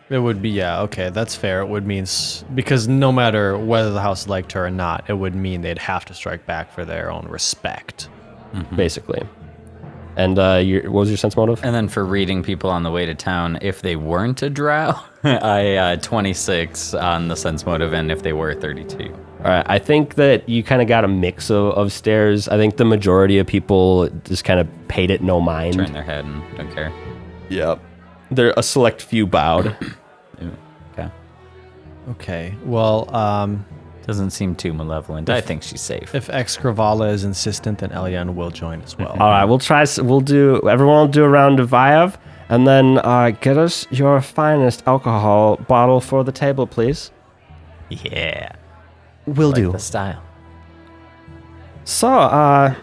It would be yeah, okay, that's fair. It would mean s- because no matter whether the house liked her or not, it would mean they'd have to strike back for their own respect. Basically. And uh, your, what was your sense motive? And then for reading people on the way to town, if they weren't a drow, I uh, 26 on the sense motive, and if they were 32. All right, I think that you kind of got a mix of, of stares. I think the majority of people just kind of paid it no mind. Turn their head and don't care. Yep. There a select few bowed. Ew, Okay. Okay. Well, um Doesn't seem too malevolent. I think she's safe. if Excravala is insistent, then Elian will join as well. All right, we'll try. s- We'll do. Everyone will do a round of Viav, and then uh, get us your finest alcohol bottle for the table, please. Yeah. Will Like do. the style. So, uh,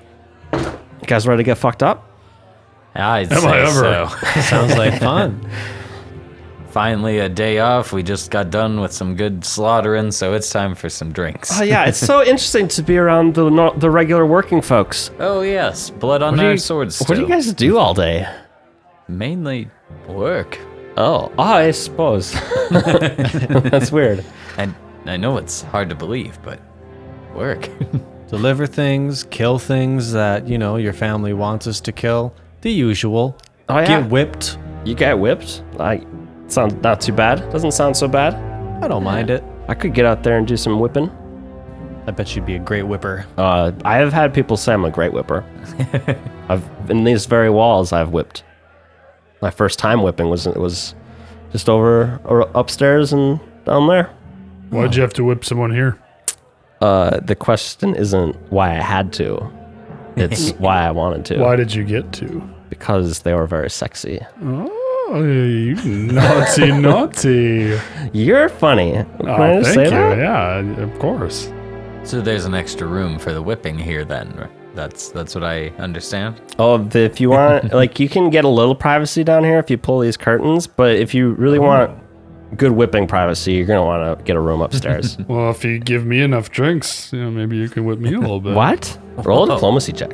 you guys ready to get fucked up? I'd Am say I ever. so. Sounds like fun. Finally, a day off. We just got done with some good slaughtering, so it's time for some drinks. Oh yeah, it's so interesting to be around the no- the regular working folks. Oh yes, blood on do our you- swords. What do you still. guys do all day? mainly work? Oh, I suppose. That's weird. And I know it's hard to believe, but work. Deliver things, kill things that, you know, your family wants us to kill. The usual. Oh, yeah. Get whipped. You get whipped? Like, sounds not too bad. Doesn't sound so bad. I don't mind it. I could get out there and do some whipping. I bet you'd be a great whipper. Uh, I have had people say I'm a great whipper. I've in these very walls I've whipped. My first time whipping was was just over or upstairs and down there. Why'd you have to whip someone here? Uh, the question isn't why I had to. It's why I wanted to. Why did you get to? Because they were very sexy. Oh, you naughty, naughty. You're funny. Can Oh, I thank say you. that? Yeah, of course. so there's an extra room for the whipping here. Then r- that's that's what I understand. Oh, the- if you want, like, you can get a little privacy down here if you pull these curtains. But if you really Oh. want good whipping privacy, you're gonna want to get a room upstairs. Well, if you give me enough drinks, you know, maybe you can whip me a little bit. Oh. What? Roll a diplomacy check.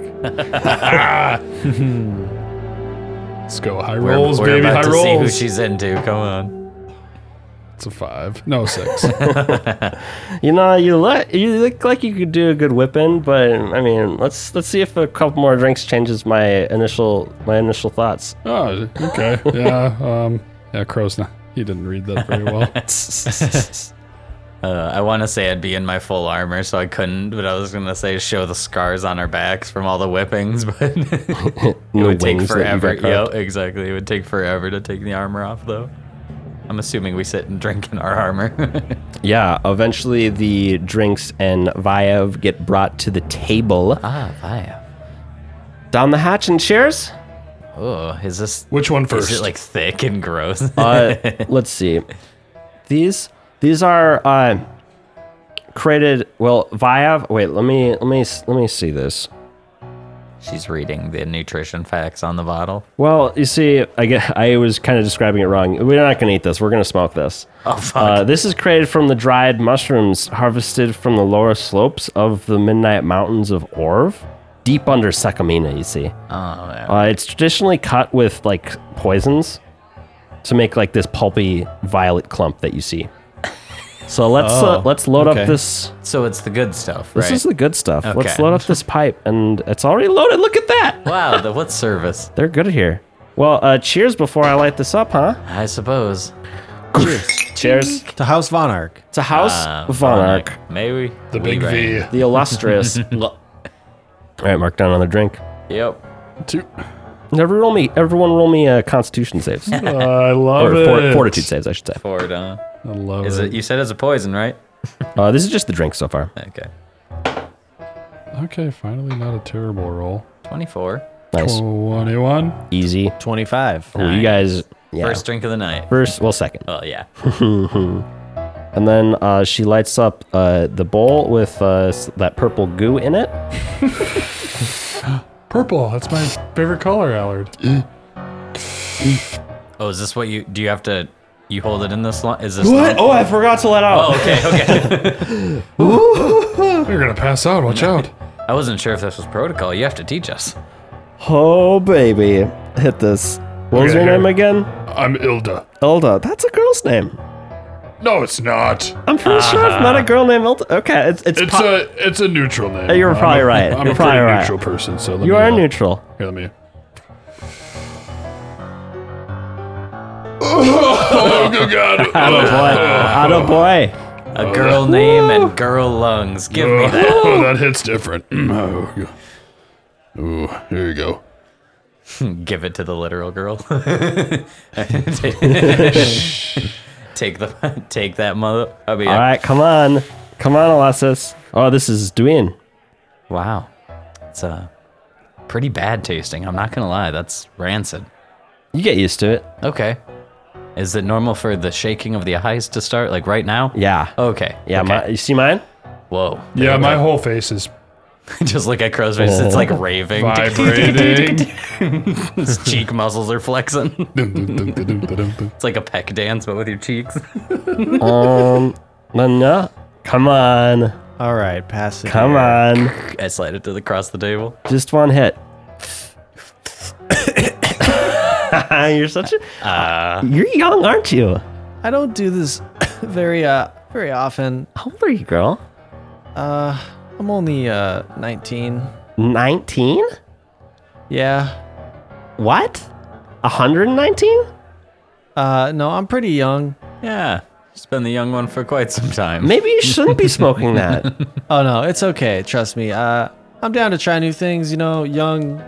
Let's go. High We're- rolls, we're baby. about High to see who rolls. she's into. Come on. it's a five. No, six. You know, you look you look like you could do a good whipping, but I mean, let's let's see if a couple more drinks changes my initial my initial thoughts. oh, okay. Yeah. Um, yeah, Crow's not. He didn't read that very well. Uh, I want to say I'd be in my full armor, so I couldn't. But I was gonna say show the scars on our backs from all the whippings, but it No would take wings that you got forever. carved. Yeah, exactly. It would take forever to take the armor off, though. I'm assuming we sit and drink in our armor. Yeah, eventually the drinks and Viev get brought to the table. ah, fire. Down the hatch and cheers. Oh, is this Which one first? Is it like thick and gross? Uh, let's see. These these are uh, created well, Viev. Wait, let me let me let me see this. She's reading the nutrition facts on the bottle. Well, you see, I guess I was kind of describing it wrong. We're not going to eat this. We're going to smoke this. Oh fuck! Uh, this is created from the dried mushrooms harvested from the lower slopes of the Midnight Mountains of Orv, deep under Sekamina, you see. oh, yeah. Uh, it's traditionally cut with like poisons to make like this pulpy violet clump that you see. So let's uh, Oh, let's load okay. up this. so it's the good stuff, This right? is the good stuff. Let's Okay. load up this pipe, and it's already loaded. Look at that. wow, the what service? They're good here. Well, uh, cheers before I light this up, huh? I suppose. Cheers To House Von Ark. to House Uh, Von Ark. Vonarch. Maybe the big V. the illustrious. All right, mark down another drink. Yep. Two. Never roll me. Everyone roll me uh, Constitution saves Uh, I love or it. fort, Fortitude saves, I should say. Ford, huh? I love Is it? You said it's a poison, right? Uh, this is just the drink so far. Okay. Okay, finally, not a terrible roll. 24. Nice. 21. Easy. 25. Well, you guys. Yeah. First drink of the night. First- well, second. Well, yeah. and then uh, she lights up uh, the bowl with uh, s- that purple goo in it. Purple. That's my favorite color, Allard. Oh, is this what you do? You have to. You hold it in this line? Is this. long- Oh, I forgot to let out. Oh, okay, okay. You're going to pass out. Watch out. I wasn't sure if this was protocol. You have to teach us. Oh, baby. Hit this. What was Okay, your here. name again? I'm Ilda. Elda. That's a girl's name. No, it's not. I'm pretty sure it's not a girl named Elda. Okay, it's it's, Uh-huh. It's po- a it's a neutral name. Uh, you're I'm probably a- right. I'm You're a probably pretty right. neutral person, so let you me, are uh, neutral. Here, let me. oh, good God. Out of boy. Out of boy. A girl name and girl lungs. Give me that. Oh, that hits different. Mm, Oh, go- Ooh, here you go. Give it to the literal girl. take the take that mother. I mean, All right, come on. Come on, Alessis. Oh, this is Dwayne. wow, it's uh, pretty bad tasting. I'm not gonna lie, that's rancid. You get used to it. Okay, is it normal for the shaking of the eyes to start like right now? Yeah. Oh, Okay. Yeah, Okay. my, you see mine? Whoa. Yeah, my whole face is Just look at Crow's face. It's like raving. vibrating. His cheek muscles are flexing. Dum, dum, dum, dum, dum, dum, dum. It's like a peck dance, but with your cheeks. Um, Lena, come on. All right, pass it. Come here. on. I slide it to the across the table. Just one hit. You're such a. You're young, aren't you? I don't do this very uh very often. How old are you, girl? Uh I'm only uh 19. 19? Yeah. What? 119? Uh no, I'm pretty young. Yeah, she's been the young one for quite some time. Maybe you shouldn't be smoking that. Oh no, it's okay. Trust me. Uh I'm down to try new things, you know, young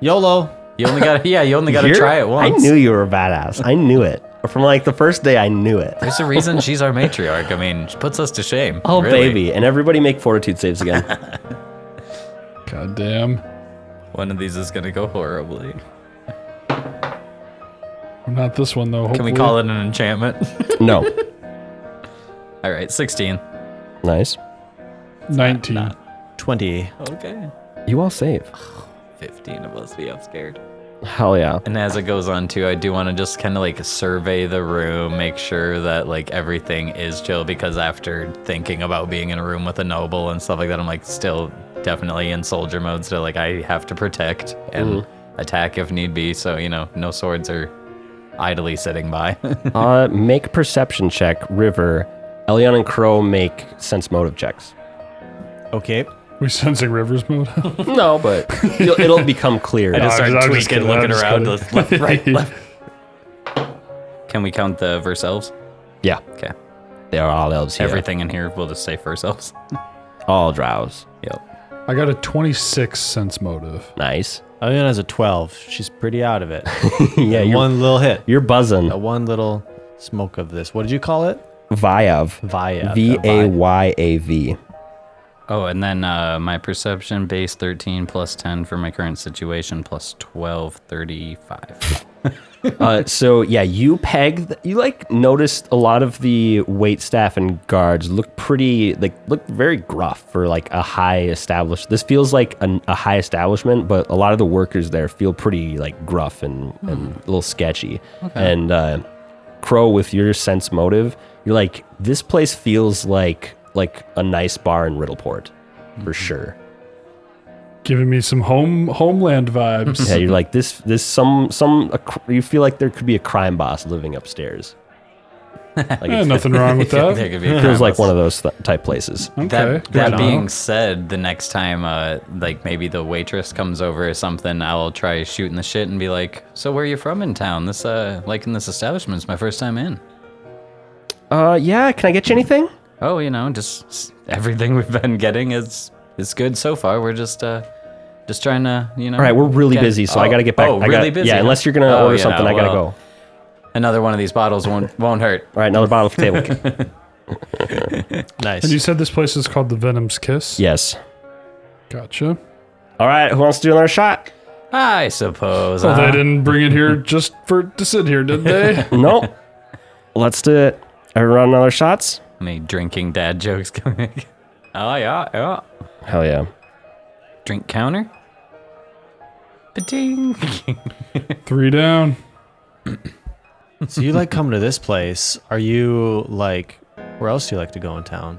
YOLO. You only got yeah, you only got to You're- try it once. I knew you were a badass. I knew it. From like the first day, I knew it. There's a reason she's our matriarch. I mean, she puts us to shame. Oh, really. baby. And everybody make fortitude saves again. God damn. One of these is gonna go horribly. Not this one, though. Can we Oh, call it an enchantment? no. All right, sixteen. Nice. 19. 20. Okay. You all save. Fifteen of us be scared. Hell yeah. And as it goes on too, I do want to just kind of like survey the room, make sure that like everything is chill. Because after thinking about being in a room with a noble and stuff like that, I'm like still definitely in soldier mode. So like I have to protect and attack if need be. So you know, no swords are idly sitting by. Uh, make perception check, River. Elion and Crow make sense motive checks. Okay. We sensing rivers mode? No, but it'll, it'll become clear. I just I was- start I was just tweaking, kidding, I looking was just around, kidding. left, right, left. Can we count the verselves? yeah, Okay, they are all elves here. everything in here we'll just say for ourselves. All drows. Yep. I got a 26 sense motive. Nice. Elena has a 12. She's pretty out of it. yeah, you're, one little hit. you're buzzing. A one little smoke of this. What did you call it? Vyav. Via. V A Y A V. Oh, and then uh, my perception base 13 plus 10 for my current situation plus 12, 35. Uh, so yeah, you peg. th- You like noticed a lot of the wait staff and guards look pretty, like look very gruff for like a high established. This feels like an, a high establishment, but a lot of the workers there feel pretty like gruff and, and a little sketchy. And uh, Crow, with your sense motive, you're like this place feels like like a nice bar in Riddleport, for sure. Giving me some home homeland vibes. Yeah, you're like this. This some some. A, cr- you feel like there could be a crime boss living upstairs. Like Eh, it's- nothing wrong with that. There could be a feels like combos. one of those th- type places. Okay. That, right that on. being said, the next time, uh, like maybe the waitress comes over or something, I'll try shooting the shit and be like, "So where are you from in town? This, uh, like in this establishment, it's my first time in. Uh, yeah. Can I get you anything? Oh, you know, just s- everything we've been getting is is good so far. We're just, uh, just trying to, you know. All right, we're really busy, so I gotta get back. Oh, I really gotta, busy. Yeah, huh? unless you're gonna Oh, order yeah, something, I gotta well, go. All Another one of these bottles won't won't hurt. right, another bottle of the table. Nice. And you said this place is called the Venom's Kiss? yes. Uh-huh. Gotcha. All right, who wants to do another shot? I suppose. Oh, huh? they didn't bring it here just for to sit here, did they? Nope. Let's do it. Everyone another shots? Any drinking dad jokes coming? oh yeah, yeah. Hell yeah. Drink counter. Ba-ding. Three down. So you like coming to this place? Are you like where else do you like to go in town?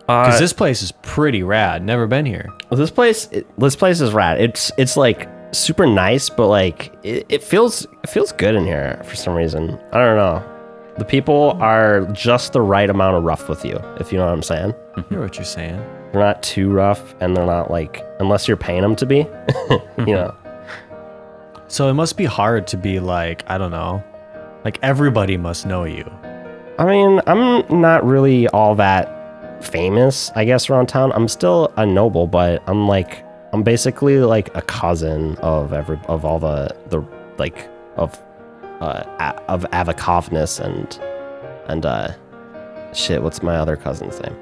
Because Uh, this place is pretty rad. Never been here. this place it- this place is rad. It's it's like super nice, but like it, it feels it feels good in here for some reason. I don't know. The people are just the right amount of rough with you, if you know what I'm saying. I hear what you're saying. They're not too rough and they're not like unless you're paying them to be. you know. So it must be hard to be like I don't know, like everybody must know you. I mean, I'm not really all that famous, I guess, around town. I'm still a noble, but I'm like, I'm basically like a cousin of every of all the the like of uh a- of Avakovnis and and uh shit. What's my other cousin's name?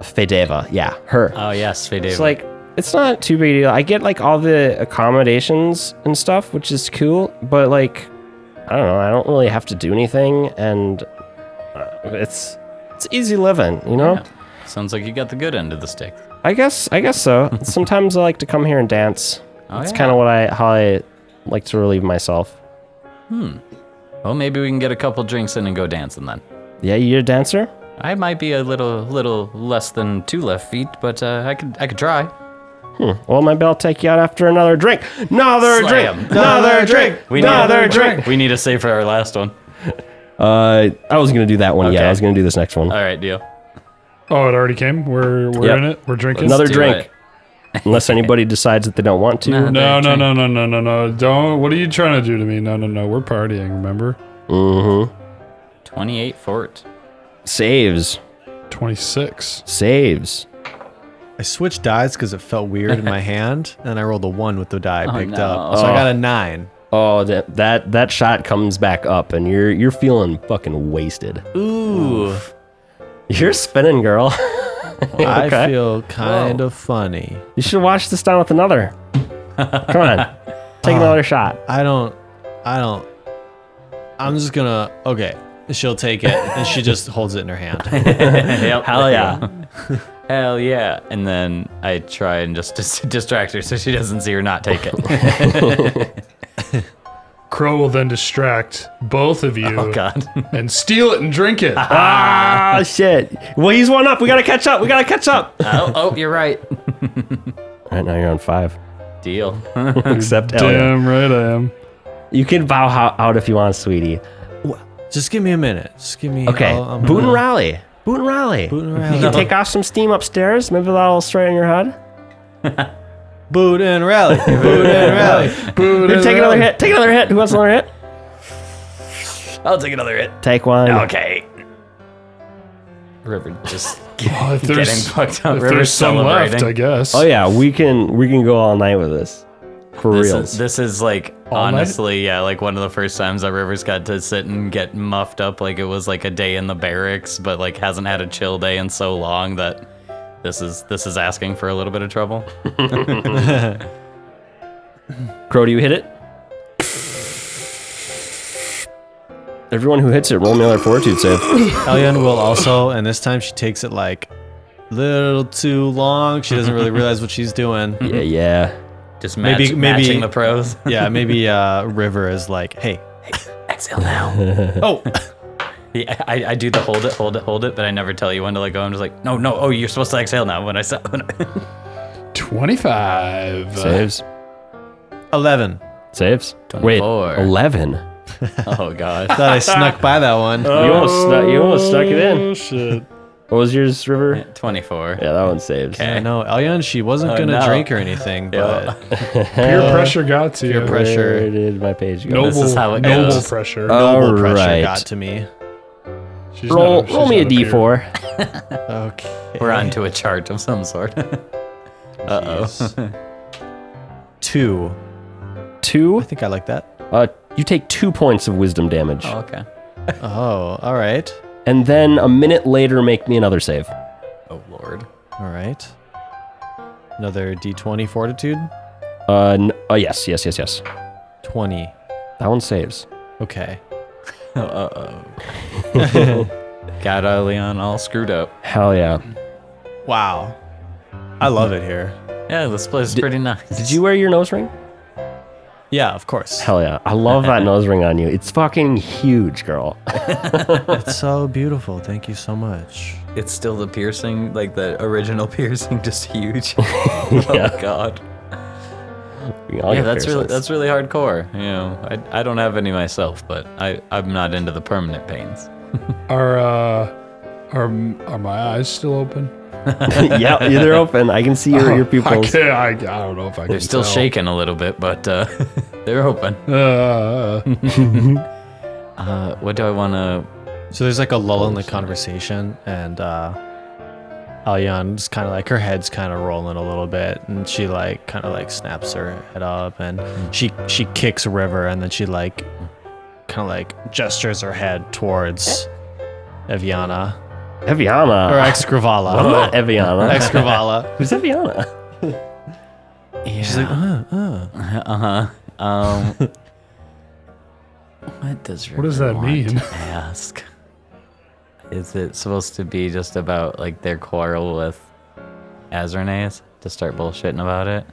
Fedeva, yeah, her. oh yes, we do. It's like it's not too big a deal. I get like all the accommodations and stuff, which is cool, but like I don't know, I don't really have to do anything and uh, it's it's easy living, you know? Sounds like you got the good end of the stick. I guess I guess so. Sometimes I like to come here and dance. Oh, That's yeah. kind of what I how I like to relieve myself. Well, maybe we can get a couple drinks in and go dancing then. Yeah, you a dancer? I might be a little, little less than two left feet, but uh, I could, I could try. Well, maybe I'll take you out after another drink. Another Slam. drink. Another drink. Another drink. We need to save for our last one. Uh, I was gonna do that one. Yeah, Okay. I was gonna do this next one. All right, deal. Oh, it already came. We're we're Yep. in it. We're drinking. another do drink. Unless anybody decides that they don't want to. Nah. No, no, Drink. no, no, no, no, no. Don't. What are you trying to do to me? No, no, no. We're partying. Remember. Mm-hmm. Twenty-eight fort. Saves. Twenty six. Saves. I switched dies because it felt weird in my hand, and I rolled a one with the die I picked up, no. so I got a nine. Oh, that, that that shot comes back up, and you're you're feeling fucking wasted. Ooh. You're spinning, girl. I Okay. feel kind of funny. you should wash this down with another. Come on, take another shot. I don't. I don't. I'm just gonna. Okay. She'll take it, and she just holds it in her hand. Yep. Hell yeah. Hell yeah. And then I try and just dis- distract her so she doesn't see her not take it. Crow will then distract both of you Oh, God. and steal it and drink it. ah shit. Well, he's one up. We gotta catch up. We gotta catch up. oh, oh, you're right. right now, you're on five. Deal. Except Elliot. Damn right I am. You can bow ho- out if you want, sweetie. just give me a minute. Just give me. Okay. I'll- I'm Boot and gonna- rally. Boot and rally. Boot and You rally. can take off some steam upstairs. Maybe that'll straighten your head. Boot and rally. Boot and rally. Boo, Dude, da, take da. another hit. Take another hit. Who wants another hit? I'll take another hit. Take one. Okay. River just Oh, if getting there's, fucked up. if River's there's some celebrating. left, I guess. Oh yeah, we can we can go all night with this. For This reals. is, this is like All night? honestly, yeah, like one of the first times that Rivers got to sit and get muffed up like it was like a day in the barracks, but like hasn't had a chill day in so long that this is this is asking for a little bit of trouble. Crow, do you hit it? Everyone who hits it, roll me another fortitude save. Elian will also, and this time she takes it like a little too long. She doesn't really realize what she's doing. yeah, yeah. Just match, Maybe- maybe- matching the pros. Yeah, maybe uh, River is like, hey, Exhale now. oh, Yeah, I, I do the hold it, hold it, hold it, but I never tell you when to let go. I'm just like, no, no, oh, you're supposed to exhale now. When I said, when I, 25. Saves. 11. Saves. Wait, 24. eleven. oh gosh, Thought I snuck by that one. Oh. you almost snuck, you almost stuck it in. Oh, Shit. What was yours, River? Yeah, 24. that one saves. Okay. I know. Elian, she wasn't Oh, going to no. drink or anything, but Peer pressure got to you. peer pressure. Where did my page go? Noble, This is how it noble goes. pressure. All noble pressure right. got to me. She's not Uh, roll a- roll she's me a not peer. d4. Okay. We're onto a chart of some sort. Uh oh. Two. Two. I think I like that. Uh, you take two points of wisdom damage. okay. Oh, all right. and then a minute later make me another save. Oh lord. All right. Another D20 fortitude. Uh, n- uh, yes, yes, yes, yes. 20. That one saves. Okay. Got uh, Leon all screwed up. Hell yeah. Wow. I love it here. Yeah, this place is pretty nice. Did you wear your nose ring? Yeah, of course. Hell yeah. I love that nose ring on you. It's fucking huge, girl. It's so beautiful. Thank you so much. It's still the piercing, like the original piercing, just huge. Oh God. We all yeah, get that's really piercings. that's really hardcore. You know, I, I don't have any myself, but I I'm not into the permanent pains. Are uh, are are my eyes still open? yeah, yeah, they're open. I can see your, your Oh, I, pupils. can't, I, I don't know if I They're can. still tell. shaking a little bit, but uh, they're open. Uh, Uh, what do I want to? So there's like a lull in the conversation, and uh, Alyan's kind of like her head's kind of rolling a little bit, and she like kind of like snaps her head up, and she she kicks River, and then she like kind of like gestures her head towards Eviana or Oh. Eviana. ex Gravala. I'm not Eviana. ex Gravala. Who's Eviana? She's like, uh, uh, huh. Um, what does What does River that want mean? to Ask. Is it supposed to be just about like their quarrel with Azernaeus to start bullshitting about it?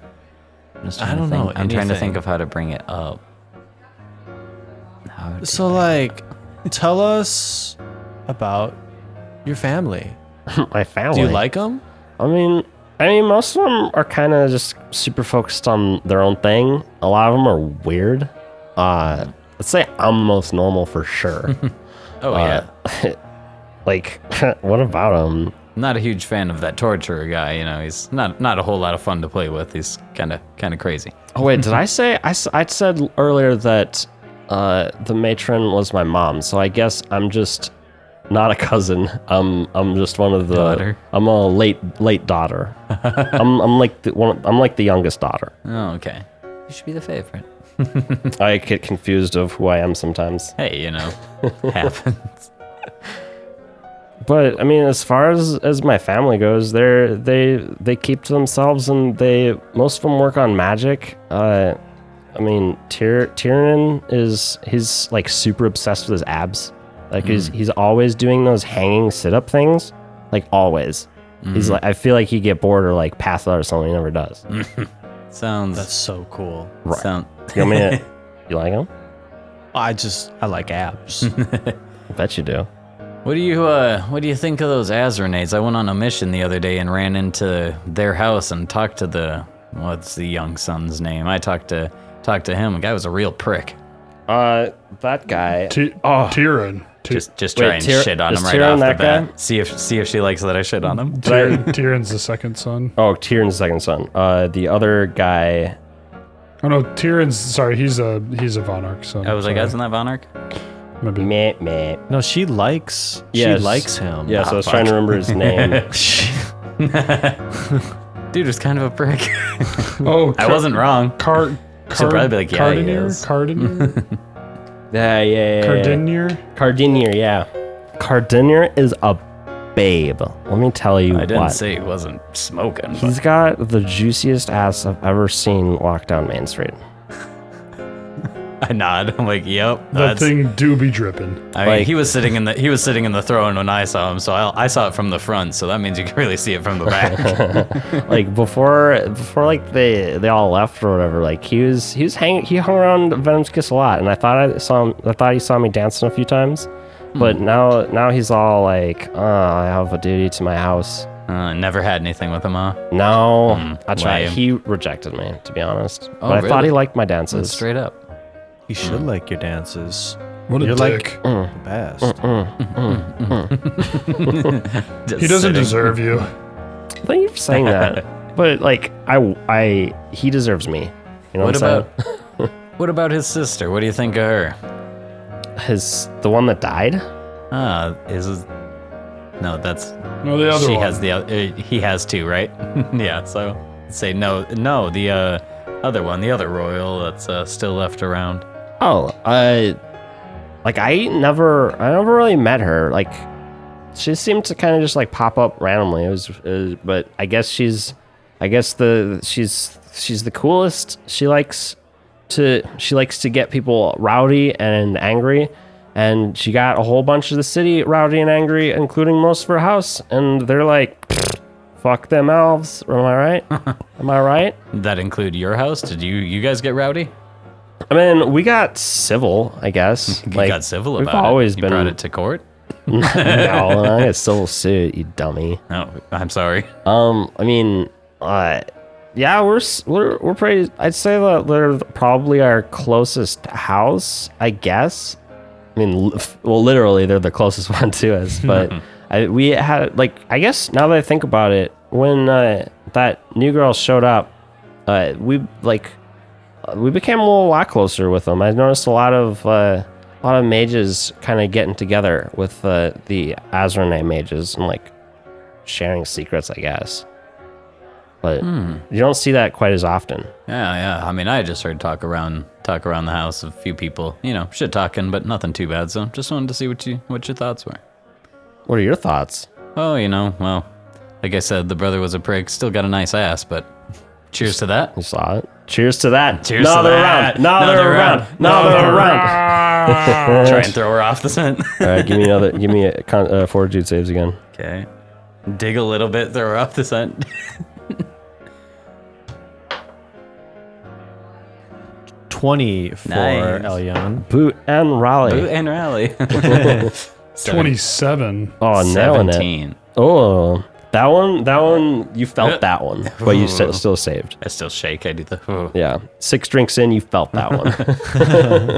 I'm just I trying to don't think- know, I'm trying to anything. think of how to bring it up. How to- So like, tell us about your family. My family. Do you like them? I mean, I mean, most of them are kind of just super focused on their own thing. A lot of them are weird. Uh, let's say I'm the most normal for sure. oh uh, yeah, like, what about them? not a huge fan of that torturer guy. You know, he's not not a whole lot of fun to play with. He's kind of kind of crazy. Oh wait, did I say I, s- I said earlier that uh, the matron was my mom? So I guess I'm just not a cousin. I'm I'm just one of the Daughter. I'm a late late daughter. I'm I'm like the one I'm like the youngest daughter. Oh okay, you should be the favorite. I get confused of who I am sometimes. Hey, you know, happens. But I mean, as far as as my family goes, they're they they keep to themselves, and they most of them work on magic. Uh, I mean, Tyr- Tyrion is he's like super obsessed with his abs. Like he's he's always doing those hanging sit up things, like always. He's like I feel like he get bored or like pass out or something. He never does. Sounds That's so cool. right. sound. You want me to- you like him? I just I like abs. I bet you do. What do you uh what do you think of those Azernades? I went on a mission the other day and ran into their house and talked to the what's the young son's name? I talked to talked to him. The guy was a real prick. Uh, that guy. t- oh, Tyrion. Ty- Just just Wait, try and Tyr- shit on is him right Tyrion off the that bat. guy? See if see if she likes that I shit on him. Tyrion. Tyrion's the second son. Oh, Tyrion's second son. Uh, the other guy. Oh no, Tyrion's sorry. He's a he's a Vonarch son. I was like, sorry. isn't that Vonarch? Maybe. Meh, meh. No, she likes. Yes. uh, She likes him. Yeah, so I was trying to remember his name. Dude was kind of a prick. Oh, I wasn't wrong. Card. She'll probably be like, yeah, he Cardinier? is. Cardinier? yeah, yeah, yeah. Cardinier? Cardinier, yeah. Cardinier is a babe. Let me tell you I didn't what. say he wasn't smoking. but- He's got the juiciest ass I've ever seen walk down Main Street. I nod. I'm like, yep. That thing do be dripping. I mean, Like- he was sitting in the he was sitting in the throne when I saw him, so I, I saw it from the front. So that means you can really see it from the back. like before, before like they they all left or whatever. Like he was he was hang he hung around Venom's Kiss a lot, and I thought I saw him. I thought he saw me dancing a few times, but now now he's all like, oh, I have a duty to my house. uh, never had anything with him, huh? No, I tried. Mm, lame. He rejected me, to be honest. Oh, but I thought really? he liked my dances. Straight up. You should like your dances. What a You're like- dick. The best. Just he doesn't sitting. deserve you. Thank you for saying that. but like, I, I, he deserves me. You know What what, I'm about what about his sister? What do you think of her? saying? His the one that died. Ah, is no, that's No, the other she one. has the oth- uh, he has two, right? yeah. So say no, no, the uh, other one, the other royal that's uh, still left around. Oh, uh, like I never, I never really met her. Like, she seemed to kind of just like pop up randomly. It was, it was- but I guess she's I guess the she's she's the coolest. She likes to she likes to get people rowdy and angry, and she got a whole bunch of the city rowdy and angry, including most of her house. And they're like, "Fuck them elves." Am I right? Am I right? That include your house? Did you you guys get rowdy? I mean, we got civil, I guess. You got civil we've about it. always you been brought it to court. no, I got civil suit, you dummy. No, I'm sorry. Um, I mean, uh, yeah, we're s- we're we're pretty. I'd say that they're probably our closest house, I guess. I mean, li- f- well, literally, they're the closest one to us. But I, we had like, I guess now that I think about it, when uh, that new girl showed up, uh, we like uh, we became a little lot closer with them. I noticed a lot of uh, a lot of mages kind of getting together with uh, the Azranite mages and like sharing secrets, I guess. But Hmm. you don't see that quite as often. Yeah, yeah. I mean, I just heard talk around talk around the house of a few people, you know, shit talking, but nothing too bad. So just wanted to see what you what your thoughts were. What are your thoughts? Oh, you know, well, like I said, the brother was a prick. Still got a nice ass, but cheers to that. You saw it. Cheers to that. Cheers to Another that. round. Another Another round. round. Another Another round. Try and throw her off the scent. All right, give me another. Give me a con, uh, fortitude saves again. okay. Dig a little bit, throw her off the scent. Twenty for Nice. Elyon. Boot and Raleigh. Boot and rally. Twenty-seven. oh, nailing it. Seventeen. Oh, that one. That one. You felt that one, but you Ooh. st- still saved. I still shake. I do the. oh. Yeah, six drinks in, you felt that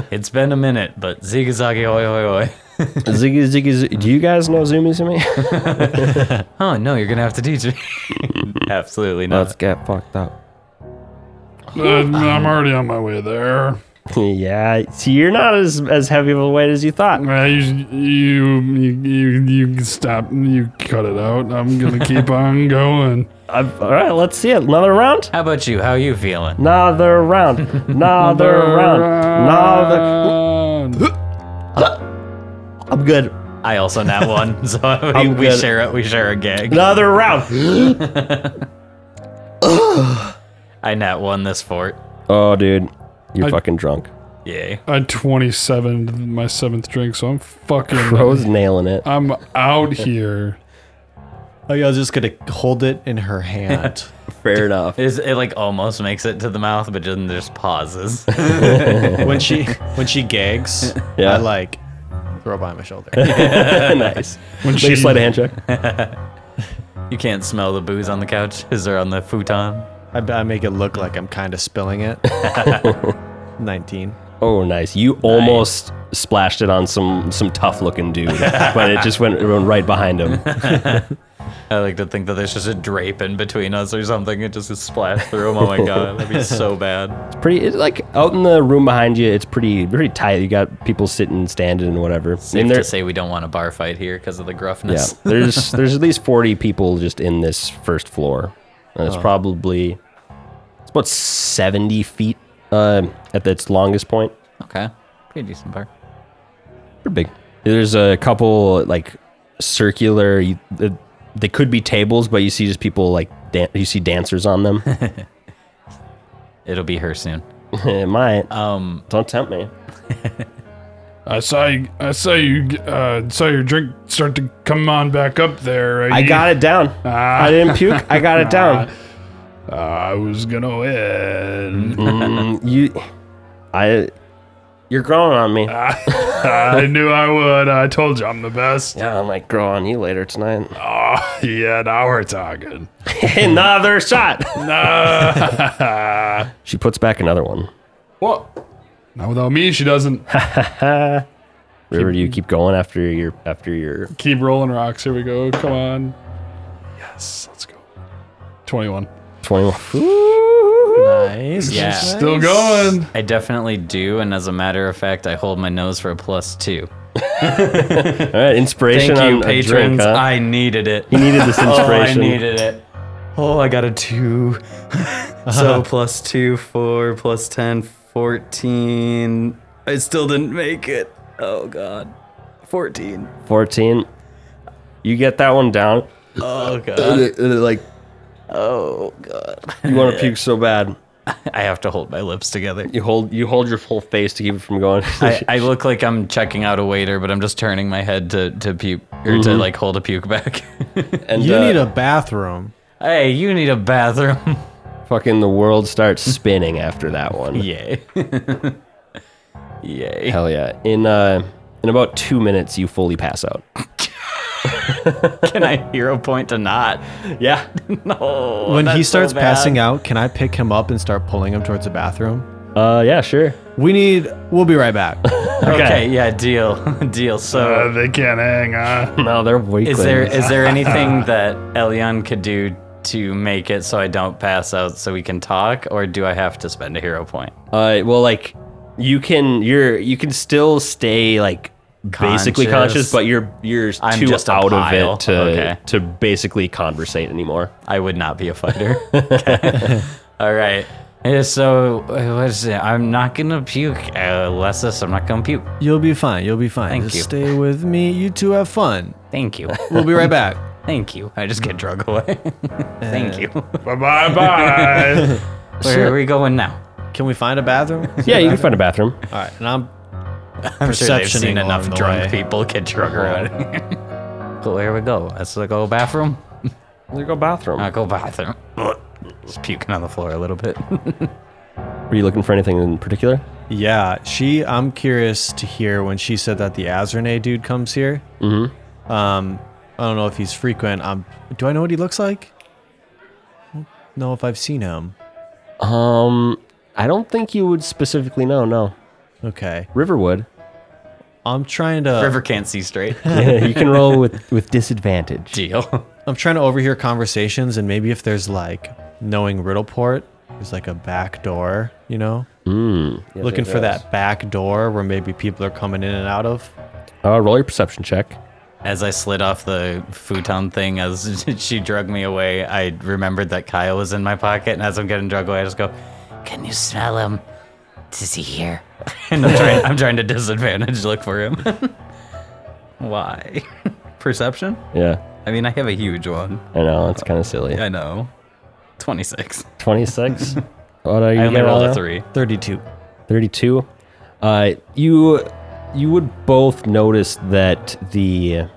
one. It's been a minute, but zigzaggy oi oi oi. ziggy, ziggy, zi- Do you guys know Zumi Zumi? Oh no, you're gonna have to teach me. Absolutely not. Let's get fucked up. Uh, I'm already on my way there. yeah, see, you're not as as heavy of a weight as you thought. Uh, you, you, you, you, you stop. You cut it out. I'm gonna keep on going. Uh, all right, let's see it. Another round. How about you? How are you feeling? Another round. Another round. Another. Uh, Round. I'm good. I also not one, so we, I'm we good. share it. We share a gag. Another round. I not one this fort. Oh, dude, you're I- fucking drunk. Yay. I 27 my seventh drink, so I'm fucking. Bro's nailing it. I'm out here. Elyon's Oh, just gonna hold it in her hand. Fair enough. Is it like almost makes it to the mouth, but then just pauses. when she when she gags, Yeah. I like throw it behind my shoulder. nice. When Make a sleight of hand check. you can't smell the booze on the couch. Is there on the futon? I, I make it look like I'm kind of spilling it. Nineteen. Oh, nice. You almost splashed it on some some tough looking dude, but it just went, it went right behind him. I like to think that there's just a drape in between us or something. It just is splashed through 'em. Oh my god, that'd be so bad. It's pretty. It's like out in the room behind you. It's pretty pretty tight. You got people sitting, standing, and whatever. Safe and to there- say we don't want a bar fight here because of the Yeah, gruffness. there's there's at least forty people just in this first floor, and it's probably it's about seventy feet uh, at its longest point. Okay, pretty decent bar. Pretty big. There's a couple like circular. You, uh, they could be tables, but you see just people like dan- you see dancers on them. It'll be her soon. it might. Um, Don't tempt me. I saw you. I saw you. Uh, saw your drink start to come on back up there. I got it down. I didn't puke. I got it down. I was gonna win. Mm, you, I, you're growing on me. I knew I would. I told you I'm the best. Yeah, I might grow on you later tonight. Oh, yeah. Now we're talking. another shot. Nah. She puts back another one. what? Not without me, she doesn't. River, do you keep going after your after your? Keep rolling rocks. Here we go. Come on. Yes, let's go. 21. 21. Nice. Yeah. Still going. I definitely do, and as a matter of fact, I hold my nose for a plus two. All right, inspiration Thank on you, a patrons. drink, huh? I needed it. He needed this oh, I inspiration. needed it. Oh, I got a two. so plus two, four, plus 10, 14. I still didn't make it. Oh, God. 14. 14. You get that one down. Oh, God. It, it, like Oh god. You want to puke so bad. I have to hold my lips together. You hold you hold your whole face to keep it from going. I, I look like I'm checking out a waiter, but I'm just turning my head to, to puke or to like hold a puke back. and You uh, need a bathroom. hey, you need a bathroom. fucking the world starts spinning after that one. Yay. Yay. Hell yeah. In uh in about two minutes you fully pass out. Can I hero point to not? Yeah. No. When he that's so starts bad. passing out, can I pick him up and start pulling him towards the bathroom? Uh yeah, sure. We need. We'll be right back. Okay. yeah, deal. deal. Oh, Uh, So they can't hang on. No, they're weaklings. is there is there anything that Elion could do to make it so I don't pass out so we can talk, or do I have to spend a hero point? Uh, well, like you can, you're you can still stay like basically conscious, Conscious. but you're you're I'm too just a out of pile. it to Okay. to basically conversate anymore. I would not be a fighter. Okay. All right. Yeah, so uh, what is it? I'm not gonna puke, uh, Lessis. I'm not gonna puke. You'll be fine. You'll be fine. Thank Just you. stay with me. You two have fun. Thank you. We'll be right back. Thank you. I just get drug away. Uh, Thank you. Bye bye bye. Where are we going now? Can we find a bathroom? Yeah, you can find a bathroom. All right. And I'm. I'm sure they've seen perceptioning enough along the drunk way. people get drunk around. Cool, here we go. Let's go bathroom. There go bathroom. i go bathroom. Just puking on the floor a little bit. Were you looking for anything in particular? Yeah, she. I'm curious to hear when she said that the Azrene dude comes here. Mm-hmm. Um, I don't know if he's frequent. Um, do I know what he looks like? No, if I've seen him. Um, I don't think you would specifically know. No, Okay, Riverwood. I'm trying to. River can't see straight. you can roll with with disadvantage. Deal. I'm trying to overhear conversations, and maybe if there's like knowing Riddleport, there's like a back door, you know, Yeah, looking there it for is. that back door where maybe people are coming in and out of. Uh, roll your perception check. As I slid off the futon thing, as she drug me away, I remembered that Kyle was in my pocket. And as I'm getting drug away, I just go, Can you smell him? Is he here? And I'm trying, I'm trying to disadvantage look for him. Why? Perception? Yeah, I mean, I have a huge one. I know it's kind of silly. I know. 26. Twenty six. What are you? I only getting rolled on a that? three. 32. 32 uh, you you would both notice that the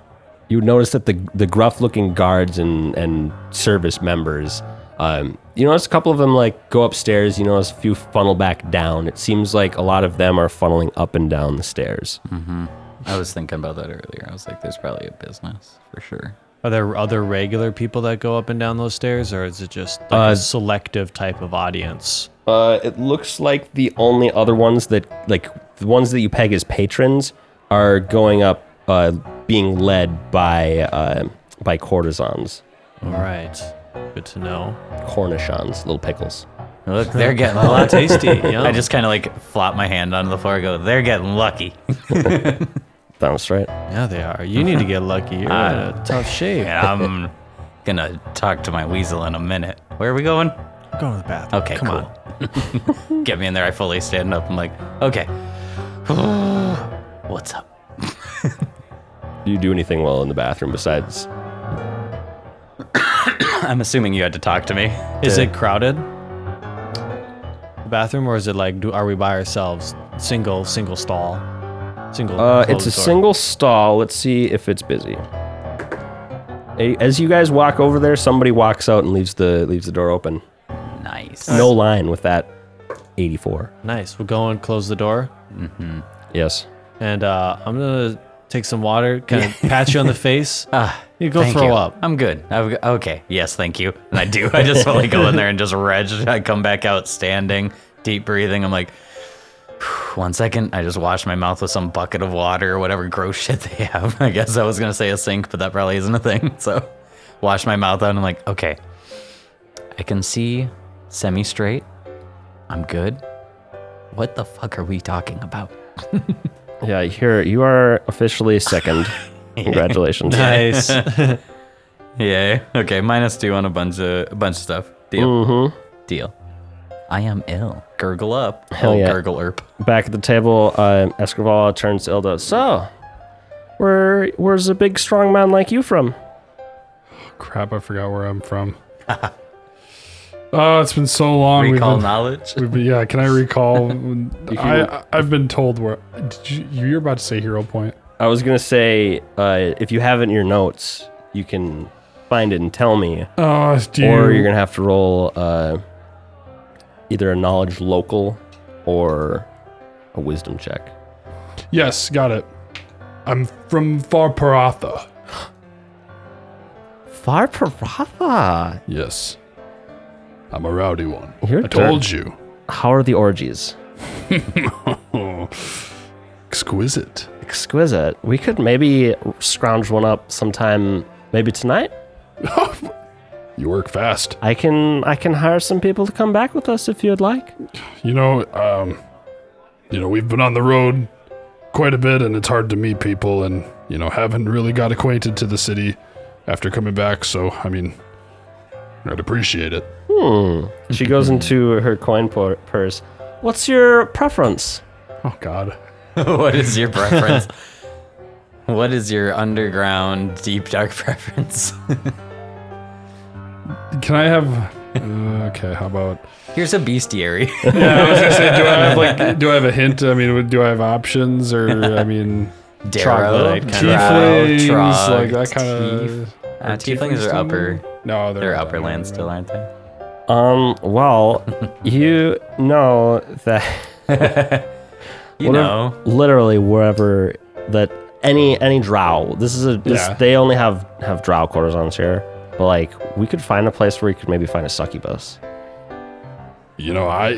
you would notice that the the gruff looking guards and and service members um, you notice a couple of them like go upstairs you notice a few funnel back down it seems like a lot of them are funneling up and down the stairs I was thinking about that earlier. I was like, there's probably a business for sure. Are there other regular people that go up and down those stairs, or is it just like a selective type of audience? Uh, it looks like the only other ones that, like, the ones that you peg as patrons are going up, uh, being led by uh, by courtesans, All right, good to know. cornichons, little pickles. Look, they're getting A lot lucky. tasty. I yum. just kind of like flop my hand onto the floor. and Go, they're getting lucky. That was right. yeah, they are. You need to get lucky. You're in a tough shape. And I'm gonna talk to my weasel in a minute. Where are we going? Go to the bathroom. Okay, come on. cool. Get me in there. I fully stand up. I'm like, okay. What's up? Do you do anything well in the bathroom besides? I'm assuming you had to talk to me. Is to- it crowded? The bathroom, or is it like, do, are we by ourselves? Single, single stall, single. Uh, it's a closed door. single stall. Let's see if it's busy. A- As you guys walk over there, somebody walks out and leaves the leaves the door open. nice? No line with that. Eighty-four. Nice. We'll go and close the door, Yes. and uh, I'm gonna take some water, kind of pat you on the face. Ah, You go Thank throw you. up. I'm good. I've, g- okay. Yes, thank you. And I do. I just fully go in there and just reg. I come back out standing, deep breathing. I'm like, one second. I just wash my mouth with some bucket of water or whatever gross shit they have. I guess I was going to say a sink, but that probably isn't a thing. So wash my mouth out. And I'm like, okay. I can see semi straight. I'm good. What the fuck are we talking about? Yeah. Here you are officially second. Congratulations. Nice. Yeah. Okay. Minus two on a bunch of a bunch of stuff. Deal. Deal. I am ill. Gurgle up. Mm-hmm. Hell Oh, yeah. Gurgle erp. Back at the table, uh, Escoval turns to Ilda. So, where where's a big strong man like you from? Crap, I forgot where I'm from. Oh, it's been so long. Recall we've been, knowledge. we've been- yeah, can I recall? when- I, I- I've been told where. Did you, you're about to say hero point. I was gonna say, uh, if you have it in your notes, you can find it and tell me, Oh, do you, or you're gonna have to roll uh, either a knowledge local or a wisdom check. Yes, got it. I'm from Far Paratha. Far Paratha. Yes. I'm a rowdy one. You're I told you. How are the orgies? Oh, exquisite. Exquisite. We could maybe scrounge one up sometime. Maybe tonight. You work fast. I can I can hire some people to come back with us if you'd like. You know, um, you know, we've been on the road quite a bit, and it's hard to meet people, and you know, haven't really got acquainted to the city after coming back. So, I mean, I'd appreciate it. Hmm. She goes into her coin por- purse. What's your preference? Oh God, what is your preference? what is your underground deep dark preference? can I have? Uh, okay, how about? Here's a bestiary. Do I have like? Do I have a hint? I mean, would- do I have options, or I mean, Darrow, Troglodyte kinda. Drow, tieflings, Trog, like that kind Tief- of? Uh, tieflings are upper. No, They're upper land still, aren't they? Um, well, you know that You Whatever- know, literally wherever that any any drow. This is a this, Yeah. they only have have drow courtesans here. But like we could find a place where you could maybe find a succubus. You know, I.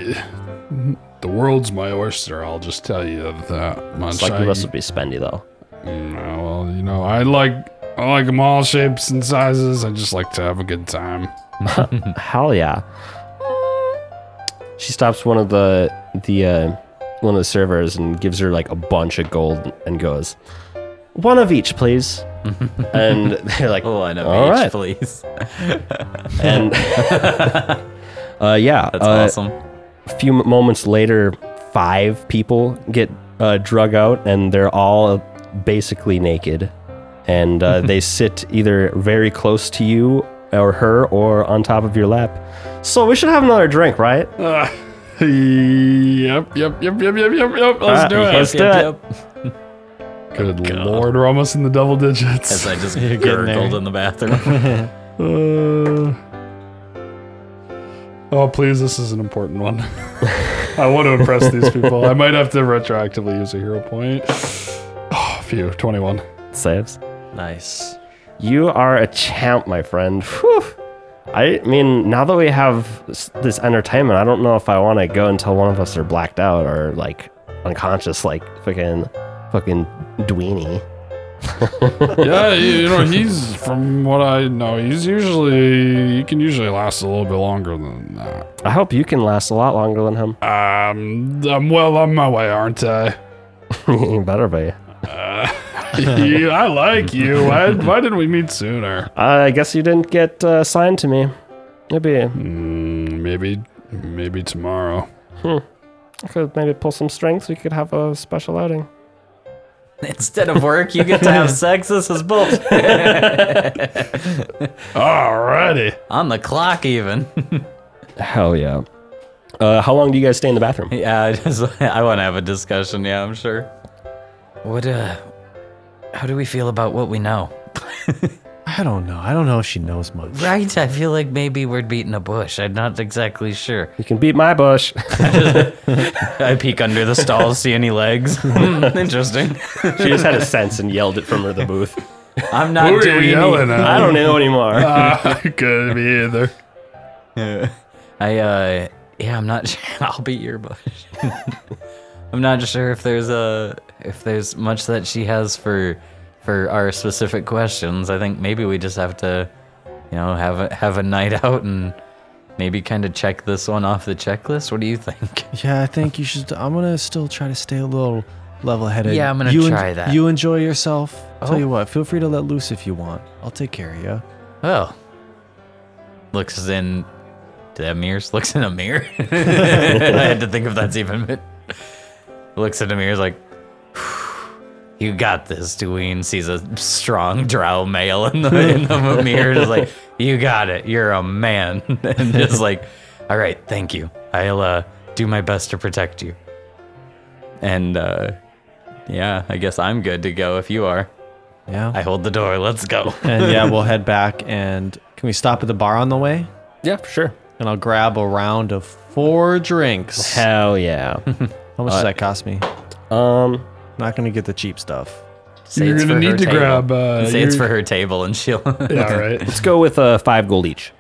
The world's my oyster. I'll just tell you that much. Succubus I- would be spendy though. Mm, Well, you know, I like I like them all shapes and sizes. I just like to have a good time. Hell yeah. She stops one of the the uh, one of the servers and gives her like a bunch of gold and goes, "One of each, please." and they're like, one of All each, right. please. and uh, yeah, That's uh, awesome. a few moments later, five people get uh, drug out, and they're all basically naked, and uh, they sit either very close to you or her, or on top of your lap. So we should have another drink, right? Uh, yep, yep, yep, yep, yep, yep, yep. Let's Uh, do it. let's do it. Good lord, we're almost in the double digits. As I just You're getting gurgled there. in the bathroom. Uh, oh, please, this is an important one. I want to impress these people. I might have to retroactively use a hero point. Oh, phew, 21. Saves. Nice. You are a champ, my friend. Whew. I mean, now that we have s- this entertainment, I don't know if I want to go until one of us are blacked out or like unconscious, like fucking, fucking Dweenie. yeah, you, you know, he's from what I know, he's usually he can usually last a little bit longer than that. I hope you can last a lot longer than him. Um, I'm well on my way, aren't I? you better be. You- I like you. Why, why didn't we meet sooner? I guess you didn't get uh, assigned to me. Maybe I Mm, maybe, maybe tomorrow. could maybe pull some strings. We could have a special outing. Instead of work, you get to have sex. This is bullshit. Alrighty. On the clock, even. Hell yeah. Uh, how long do you guys stay in the bathroom? Yeah, I just I want to have a discussion. Yeah, I'm sure. What? uh How do we feel about what we know? I don't know. I don't know if she knows much. Right. I feel like maybe we're beating a bush. I'm not exactly sure. You can beat my bush. I peek under the stall, see any legs. Hmm, Interesting. she just had a sense and yelled it from her the booth. I'm not Who are you doing. yelling at? I don't know anymore. Uh, could be either. I uh yeah, I'm not sure I'll beat your bush. I'm not sure if there's a if there's much that she has for for our specific questions. I think maybe we just have to you know have a have a night out and maybe kind of check this one off the checklist. What do you think? Yeah, I think you should. I'm gonna still try to stay a little level-headed. Yeah, I'm gonna you en- try that. You enjoy yourself. Oh. Tell you what, feel free to let loose if you want. I'll take care of you. Oh. Looks in that mirror looks in a mirror. I had to think if that's even looks in a mirror is like you got this, Dwayne sees a strong drow male in the, in the mirror. Just like, you got it. You're a man. And just like All right, thank you. I'll uh, do my best to protect you. And uh, yeah, I guess I'm good to go if you are. Yeah. I hold the door. Let's go. and yeah, we'll head back and can we stop at the bar on the way? Yeah, for sure. And I'll grab a round of four drinks. How Hell yeah. much does that cost me? um, Not gonna get the cheap stuff. Say You're it's gonna for need her to table. grab, uh, say it's your- for her table, and she'll. Yeah, all right. let's go with uh, five gold each.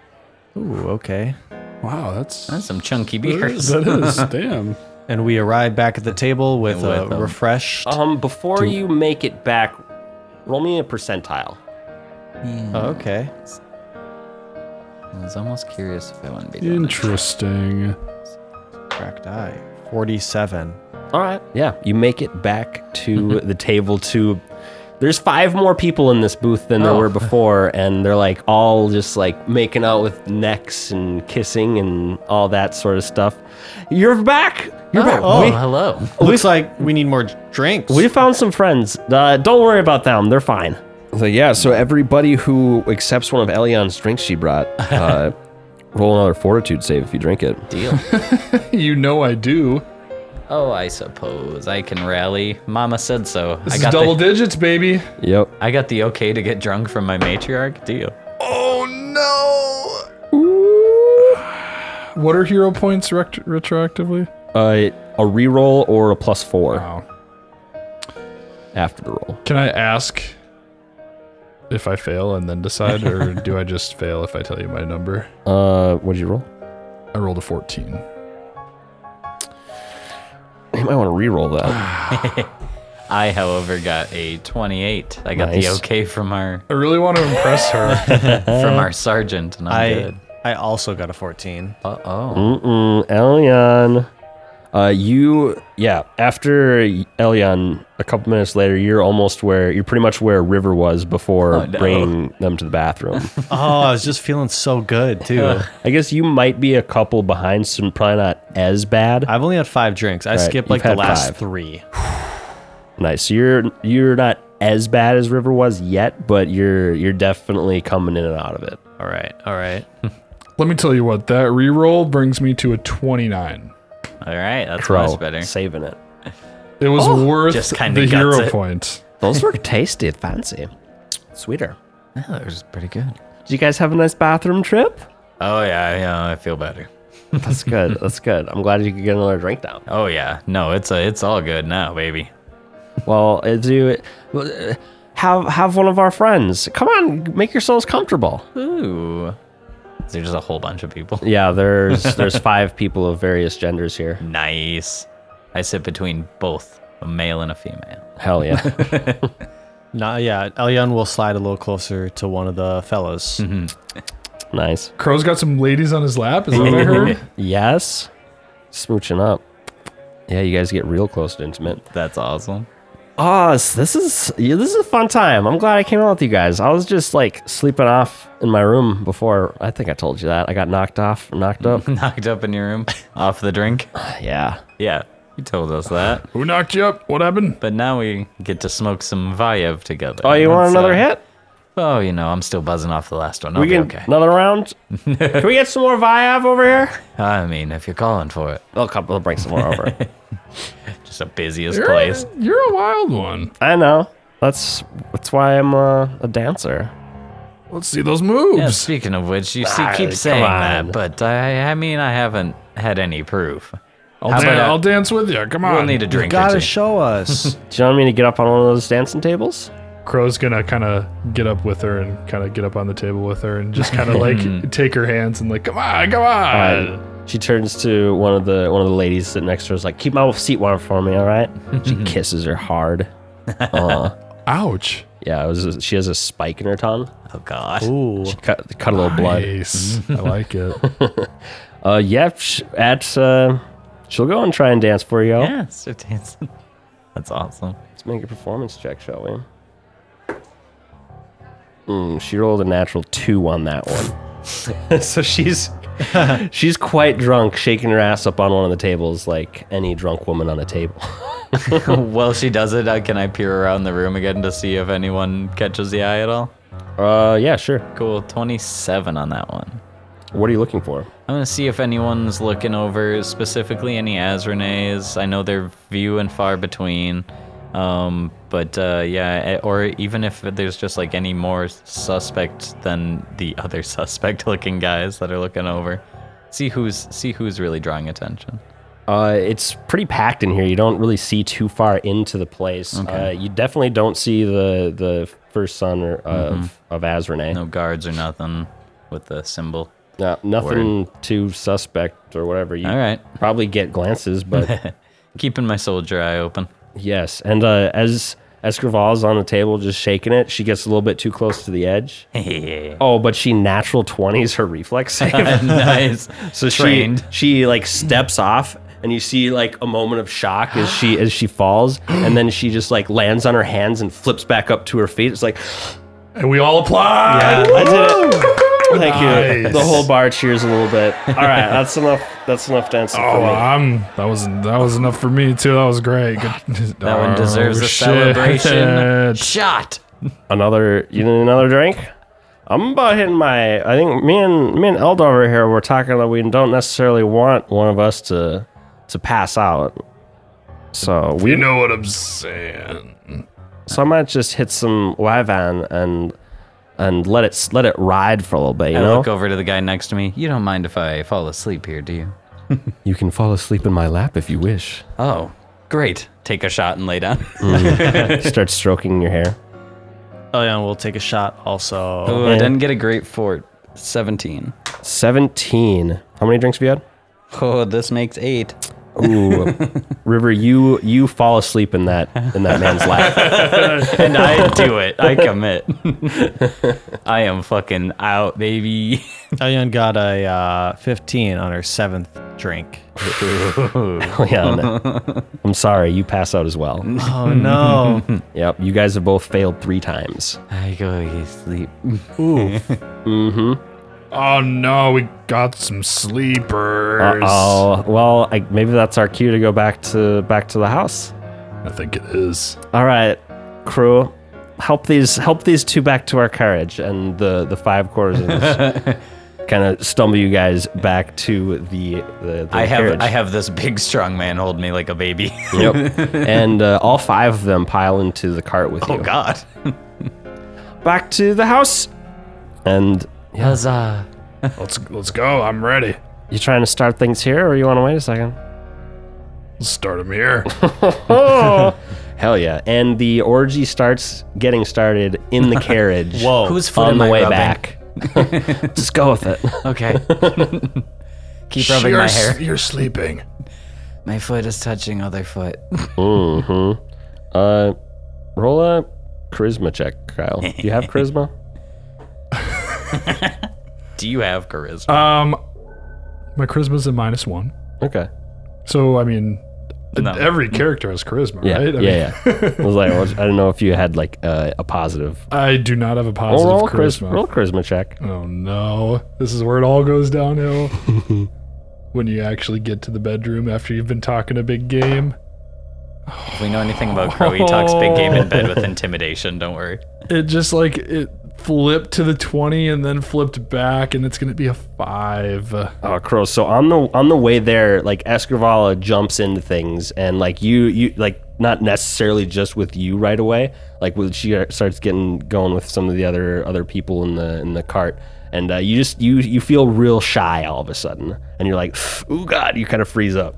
Ooh, okay. Wow, that's That's that some chunky is, beers. that is damn. And we arrive back at the table with, And with a them. refreshed. Um, before you make it back, roll me a percentile. Oh, okay. I was almost curious if I want to be doing that. Interesting. Cracked eye. 47. All right. Yeah, you make it back to the table. To there's five more people in this booth than there Oh. were before, and they're like all just like making out with necks and kissing and all that sort of stuff. You're back. You're back. Oh, We- hello. Looks like we need more drinks. We found some friends. Uh, don't worry about them. They're fine. So yeah, so everybody who accepts one of Elion's drinks she brought, uh, roll another fortitude save if you drink it. Deal. You know I do. Oh, I suppose I can rally. Mama said so. This I is got double the, digits, baby. Yep. I got the okay to get drunk from my matriarch. Deal. Oh, What are hero points rect- retroactively? Uh, a reroll or a plus four Wow. after the roll. Can I ask if I fail and then decide, or do I just fail if I tell you my number? Uh, what did you roll? I rolled a 14. You might want to reroll that. I, however, got a 28. I got the Nice. okay from our I really want to impress her. from Uh, our sergeant, and I'm I, good. I also got a 14. Uh oh. Hmm? Mm-mm, Elion. Uh, you yeah. After Elion, a couple minutes later, you're almost where you're pretty much where River was before Oh, no. bringing them to the bathroom. Oh, I was just feeling so good, too. I guess you might be a couple behind, so probably not as bad. I've only had five drinks. I skipped you've like the had last five. three. nice. So you're you're not as bad as River was yet, but you're you're definitely coming in and out of it. All right. All right. Let me tell you what, that reroll brings me to a 29. All right, that's Crow much better. saving it. It was worth just kinda the guts hero it. point. Those were tasty and fancy, sweeter. Yeah, that was pretty good. Did you guys have a nice bathroom trip? Oh yeah, yeah, I feel better. That's good. That's good. I'm glad you could get another drink down. Oh yeah, no, it's a, it's all good now, baby. Well, uh, do it. well, uh, Have have one of our friends. Come on, make yourselves comfortable. Ooh, there's just a whole bunch of people. Yeah, there's there's five people of various genders here. Nice. I sit between both a male and a female. Hell yeah. Not yeah. Elyon will slide a little closer to one of the fellows. nice. Crow's got some ladies on his lap. Is that what I heard? Yes. Smooching up. Yeah, you guys get real close to intimate. That's awesome. Oh, s- this is yeah, this is a fun time. I'm glad I came out with you guys. I was just like sleeping off in my room before. I think I told you that. I got knocked off, knocked up. Knocked up in your room off the drink. yeah. Yeah, you told us that. Who knocked you up? What happened? But now we get to smoke some Vayev together. Oh, you want That's, another uh, hit? Oh, you know, I'm still buzzing off the last one. I'll We be can okay. another round. can we get some more Viav over here? I mean, if you're calling for it, They'll come. They'll bring some more over. just the busiest You're, place. you're a wild one. I know. That's that's why I'm uh, a dancer. Let's see those Yeah, moves. speaking of which, you see, Ah, keep come saying on. that, but I, I mean, I haven't had any proof. I'll, How dan- about- I'll dance with you. Come on. We'll need a drink or two. Gotta show us. Do you want me to get up on one of those dancing tables? Crow's gonna kind of get up with her and kind of get up on the table with her and just kind of Hmm. like take her hands and like, come on, come on. She turns to one of the one of the ladies sitting next to her. Is like, keep my seat warm for me, all right? She kisses her hard. Uh, Ouch. yeah, it was. she has a spike in her tongue. oh God. Ooh. She cut cut a little blood. Nice. Mm-hmm. I like it. Uh, yep. sh- At uh, she'll go and try and dance for you. all. Yeah, so dancing. That's awesome. Let's make a performance check, shall we? Mm, she rolled a natural two on that one. so she's she's quite drunk, shaking her ass up on one of the tables like any drunk woman on a table. well, she does it. Uh, can I peer around the room again to see if anyone catches the eye at all? Uh, yeah, sure. Cool. 27 on that one. What are you looking for? I'm gonna see if anyone's looking over, specifically any Azrenes. I know they're few and far between, um, but uh, yeah, eh, or even if there's just like any more suspect than the other suspect-looking guys that are looking over, see who's see who's really drawing attention. Uh, it's pretty packed in here. You don't really see too far into the place. Uh, you definitely don't see the the first son or, of Mm-hmm. of Azrene. No guards or nothing with the symbol. No, nothing too suspect or whatever. You All right. probably get glances, but Keeping my soldier eye open. yes. And uh, as Escrival's on the table, just shaking it, she gets a little bit too close to the edge. Oh, but she natural twenties her reflex save. nice. so Trained. she she like steps off. And you see like a moment of shock as she as she falls, and then she just like lands on her hands and flips back up to her feet. It's like, And we all applaud. I did it. Thank you. Nice. The whole bar cheers a little bit. All right, that's enough. That's enough dancing for Oh, me. I'm. That was that was enough for me too. That was great. Good. Oh, That one deserves Oh, a celebration. Shot. another you need another drink i'm about hitting my i think me and me and eldar over here we're talking that we don't necessarily want one of us to to pass out so we You know what I'm saying? so i might just hit some wyvern and and let it s- let it ride for a little bit you I know look over to the guy next to me. You don't mind if I fall asleep here, do you? you can fall asleep in my lap if you wish Oh, great. Take a shot and lay down. start stroking your hair Elion will take a shot also. Ooh, Oh, I didn't get a great fort. 17. 17 how many drinks have you had Oh, this makes eight. Ooh, River, you you fall asleep in that in that man's lap. And I do it. I commit. I am fucking out, baby. Elion got a uh, 15 on her seventh drink. yeah, no. I'm sorry, you pass out as well. Oh no. Yep, you guys have both failed three times. I go to sleep. Oh no, we got some sleepers. Oh, well, I, maybe that's our cue to go back to back to the house. I think it is. All right, crew, help these help these two back to our carriage, and the the five courtesans kind of stumble you guys back to the the, the I have carriage. I have this big strong man hold me like a baby. Yep, and uh, all five of them pile into the cart with Oh you. god. Back to the house, and Huzzah. Let's let's go. I'm ready. you trying to start things here, or you want to wait a second? Let's start him here. Hell yeah. And the orgy starts getting started in the carriage. Whoa. Whose foot On am the I way rubbing? back. Just go with it. Okay. Keep rubbing you're, my s- hair. You're sleeping. My foot is touching other foot. Uh, roll a charisma check, Kyle. Do you have charisma? Do you have charisma? Um, my charisma's a minus one. Okay. So I mean, No. every character has charisma, Yeah. right? I mean, yeah, yeah. I was like, well, I don't know if you had like uh, a positive. I do not have a Oh, positive roll, charis- charisma. roll charisma check. Oh no, this is where it all goes downhill. when you actually get to the bedroom after you've been talking a big game. If we know anything about Crow, he talks big game in bed with intimidation. Don't worry. It just like it flipped to the 20 and then flipped back and it's going to be a 5. Oh, Crow. So on the on the way there, like Escrivala jumps into things, and like you, you like not necessarily just with you right away. Like when she starts getting going with some of the other other people in the in the cart, and uh, you just you you feel real shy all of a sudden, and you're like, "Ooh, God!" You kind of freeze up.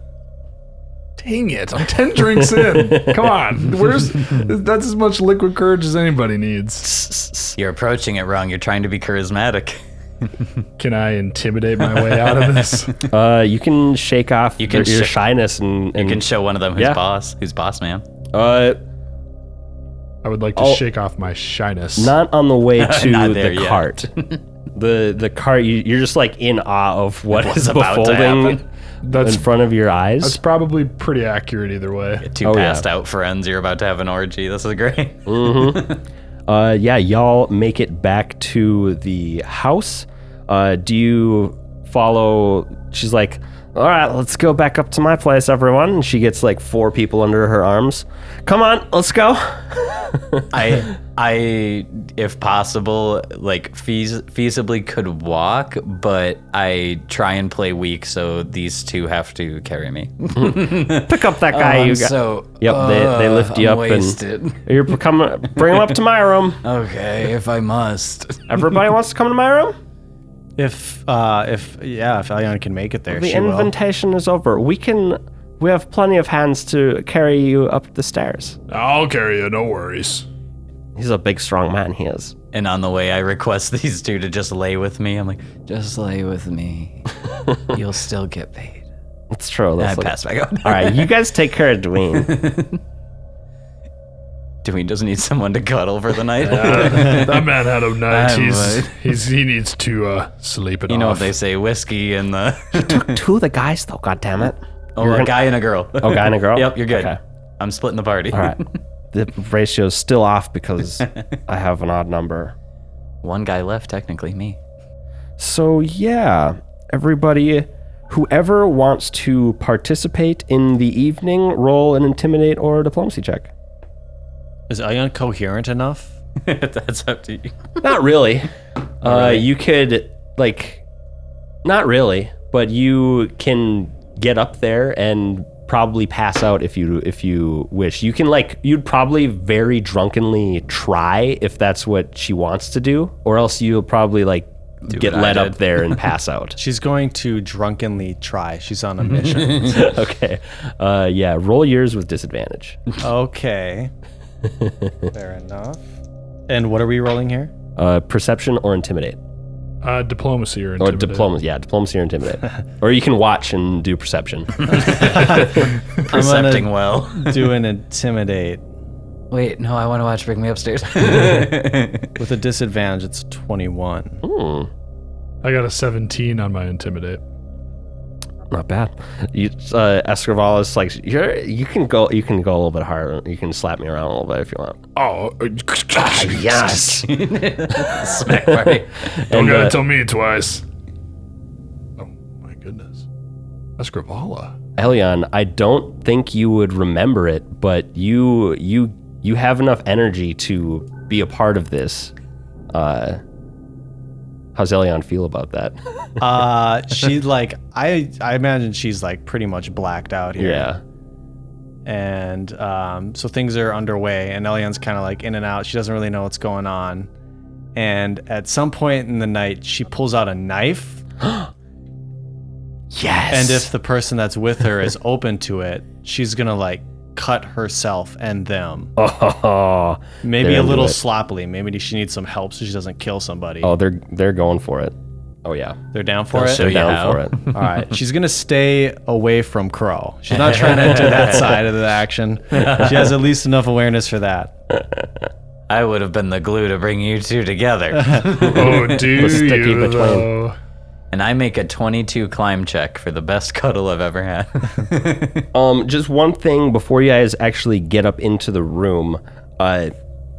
Dang it. I'm 10 drinks in. Come on. Where's that's as much liquid courage as anybody needs. You're approaching it wrong. You're trying to be charismatic. Can I intimidate my way out of this? Uh, you can shake off You can your, your sh- shyness and, and You can show one of them who's Yeah. boss. Who's boss, man? uh, I would like to Oh. shake off my shyness. not on the way to Not the there yet. cart. the the cart. You, you're just like in awe of what What's is about to unfolding happen. that's in front of your that's eyes. probably pretty accurate either way. Two Oh, yeah. passed out friends. You're about to have an orgy. This is great. Uh, yeah, y'all make it back to the house. Uh, do you follow? She's like, All right, let's go back up to my place, everyone. And she gets like four people under her arms. Come on, let's go. I I if possible like feas- feasibly could walk, but I try and play weak so these two have to carry me. Pick up that guy you Oh, I'm got. so Yep, they- they lift you I'm up and- wasted. You're coming. Bring him up to my room. Um, Okay, if I must. Everybody wants to come to my room. If uh, if yeah, if Elion can make it there, The she will. invitation is over. We can. We have plenty of hands to carry you up the stairs. I'll carry you, no worries. He's a big, strong man. He is. And on the way, I request these two to just lay with me. I'm like, just lay with me. You'll still get paid. It's true. I That's like- pass back out. All right, you guys take care of Dwayne. Dwayne just needs someone to cuddle for the night. that man had a night. I'm He's, right. he's he needs to uh, sleep it you know off. if they say whiskey and the Took two of the guys though. God damn it. oh, You're a gonna- guy and a girl. Oh, guy and a girl. Yep, you're good. Okay. I'm splitting the party. All right. The ratio's still off because I have an odd number. One guy left, technically me. So, yeah, everybody, whoever wants to participate in the evening, roll an intimidate or diplomacy check. Is Elion coherent enough? That's up to you. Not really. Uh, you could, like, not really, but you can get up there and probably pass out if you if you wish. You can like you'd probably very drunkenly try if that's what she wants to do, or else you'll probably like get what I led up did. there and pass out. She's going to drunkenly try. She's on a mission. okay. Uh, yeah, roll yours with disadvantage. okay. Fair enough. And what are we rolling here? Uh, perception or intimidate. uh, diplomacy or Or intimidate. diplomacy, yeah, diplomacy or intimidate. or you can watch and do perception. Percepting well. Do an intimidate Wait, no, I want to watch Bring Me Upstairs. with a disadvantage. It's twenty-one. Hmm. I got a 17 on my intimidate. not bad. You, uh, Escrival is like, you're, you can go, you can go a little bit harder. You can slap me around a little bit if you want. Oh, Yes. Smack party. Don't And, gotta uh, tell me twice. Oh my goodness, that's Gravala. Elion, I don't think you would remember it, but you, you, you have enough energy to be a part of this. Uh, how's Elion feel about that? Uh, she like I I imagine she's like pretty much blacked out here. yeah. and um, so things are underway and Eliane's kind of like in and out she doesn't really know what's going on and at some point in the night she pulls out a knife Yes. and if the person that's with her is open to it she's gonna like cut herself and them oh, maybe They're a into little it. sloppily maybe she needs some help so she doesn't kill somebody oh, they're they're going for it. Oh yeah, they're down for it show they're you down how. for it. all right she's gonna stay away from crow she's not trying to do that side of the action she has at least enough awareness for that I would have been the glue to bring you two together. Oh, do sticky you between. though? and I make a 22 climb check for the best cuddle I've ever had. Um, just one thing before you guys actually get up into the room, uh,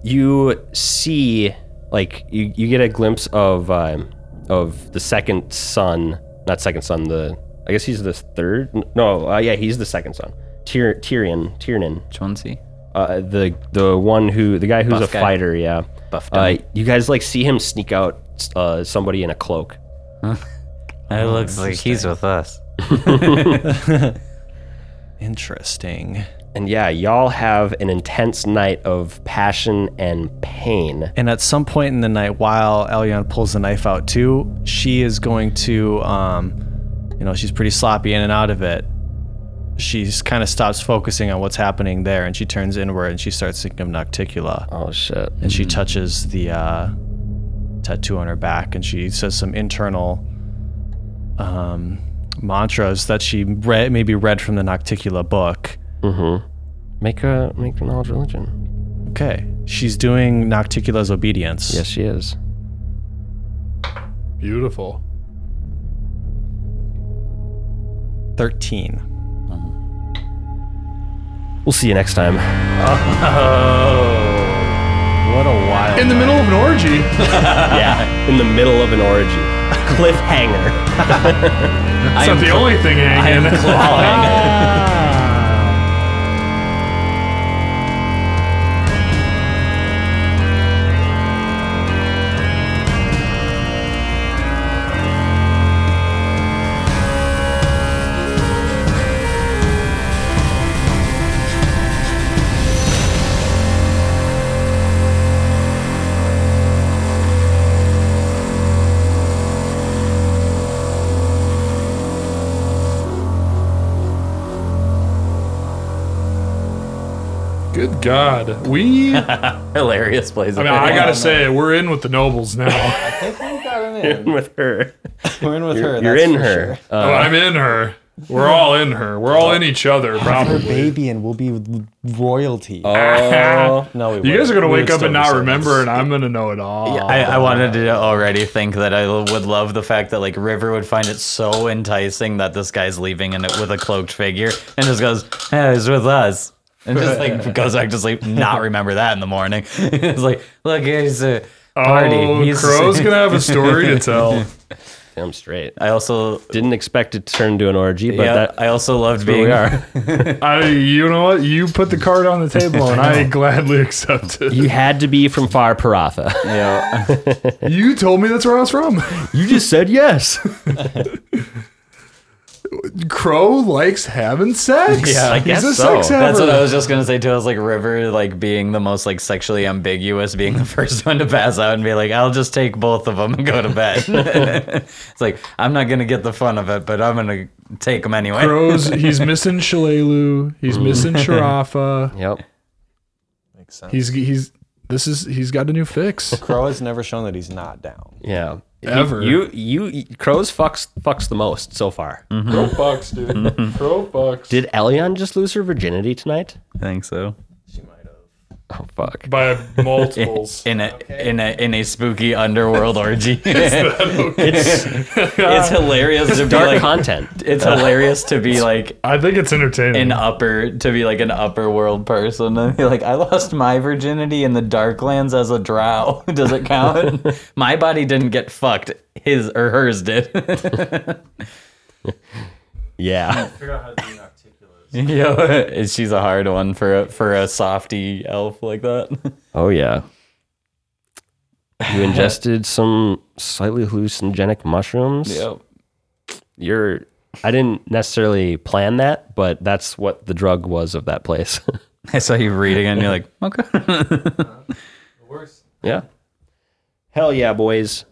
you see, like, you, you get a glimpse of um of the second son, not second son, the I guess he's the third. No, uh, yeah, he's the second son, Tyr, Tyrion, Tiernan, Chauncey? uh, the the one who the guy who's Buff a guy. fighter, yeah. Buff Uh, you guys like see him sneak out uh, somebody in a cloak. It Oh, looks like he's with us. interesting And yeah, y'all have an intense night of passion and pain. And at some point in the night, while Elion pulls the knife out too, she is going to, um, you know, she's pretty sloppy in and out of it. She's kind of stops focusing on what's happening there, and she turns inward and she starts thinking of Nocticula, Oh shit. and she touches the uh, tattoo on her back, and she says some internal um, mantras that she read, maybe read from the Nocticula book. Mm-hmm. Make a make a knowledge religion. Okay, she's doing Nocticula's obedience. Yes, she is. Beautiful. thirteen. We'll see you next time. What a wild. In the middle of an orgy. yeah, in the middle of an orgy. Cliffhanger. That's not the only thing hanging. Ah. am Good God, we. I Hilarious plays. mean, I gotta say, we're in with the nobles now. with her. We're in with her. You're that's in for sure. her. Uh, Oh, I'm in her. We're all in her. We're all in each other, Her probably. baby and we'll be royalty. No, we Oh. You guys are gonna wake up and not remember remember, and I'm gonna know it all. I, I wanted to already think that I would love the fact that like River would find it so enticing that this guy's leaving and it with a cloaked figure and just goes, "Hey, he's with us," and just like goes back to sleep, not remember that in the morning. it's like, look, he's uh," a party. Oh, he's Crow's gonna have a story to tell. damn straight. I I also didn't expect it to turn into an orgy, but yeah, that, I also loved here being we are. I, you know what? You put the card on the table, and I gladly accept it. You had to be from far Paratha. Yeah. You told me that's where I was from. You just said yes. Crow likes having sex. Yeah, I guess He's a so. sex That's haver. what I was just gonna say too. I was like River, like being the most like sexually ambiguous, being the first one to pass out and be like, "I'll just take both of them and go to bed." it's like I'm not gonna get the fun of it, but I'm gonna take them anyway. Crow's. He's missing Shalelu. He's missing Sharafa. Yep. Makes sense. He's he's. This is he's got a new fix. Crow has never shown that he's not down. Yeah. He- Ever. You you crows fucks fucks the most so far. Crow bucks, dude. Mm-hmm. Crow bucks. Did Elion just lose her virginity tonight? I think so. Oh fuck. by multiples. In a in a in a spooky underworld orgy. It's it's hilarious to be dark like. content. it's hilarious to be like I think it's entertaining. an upper to be like an upper world person and be like, I lost my virginity in the Darklands as a drow. Does it count? my body didn't get fucked. His or hers did. Yeah. Yo, and she's a hard one for a for a softy elf like that. Oh yeah. You ingested some slightly hallucinogenic mushrooms. You're I didn't necessarily plan that, but that's what the drug was of that place. I saw you reading it and you're like, okay. yeah. Hell yeah, boys.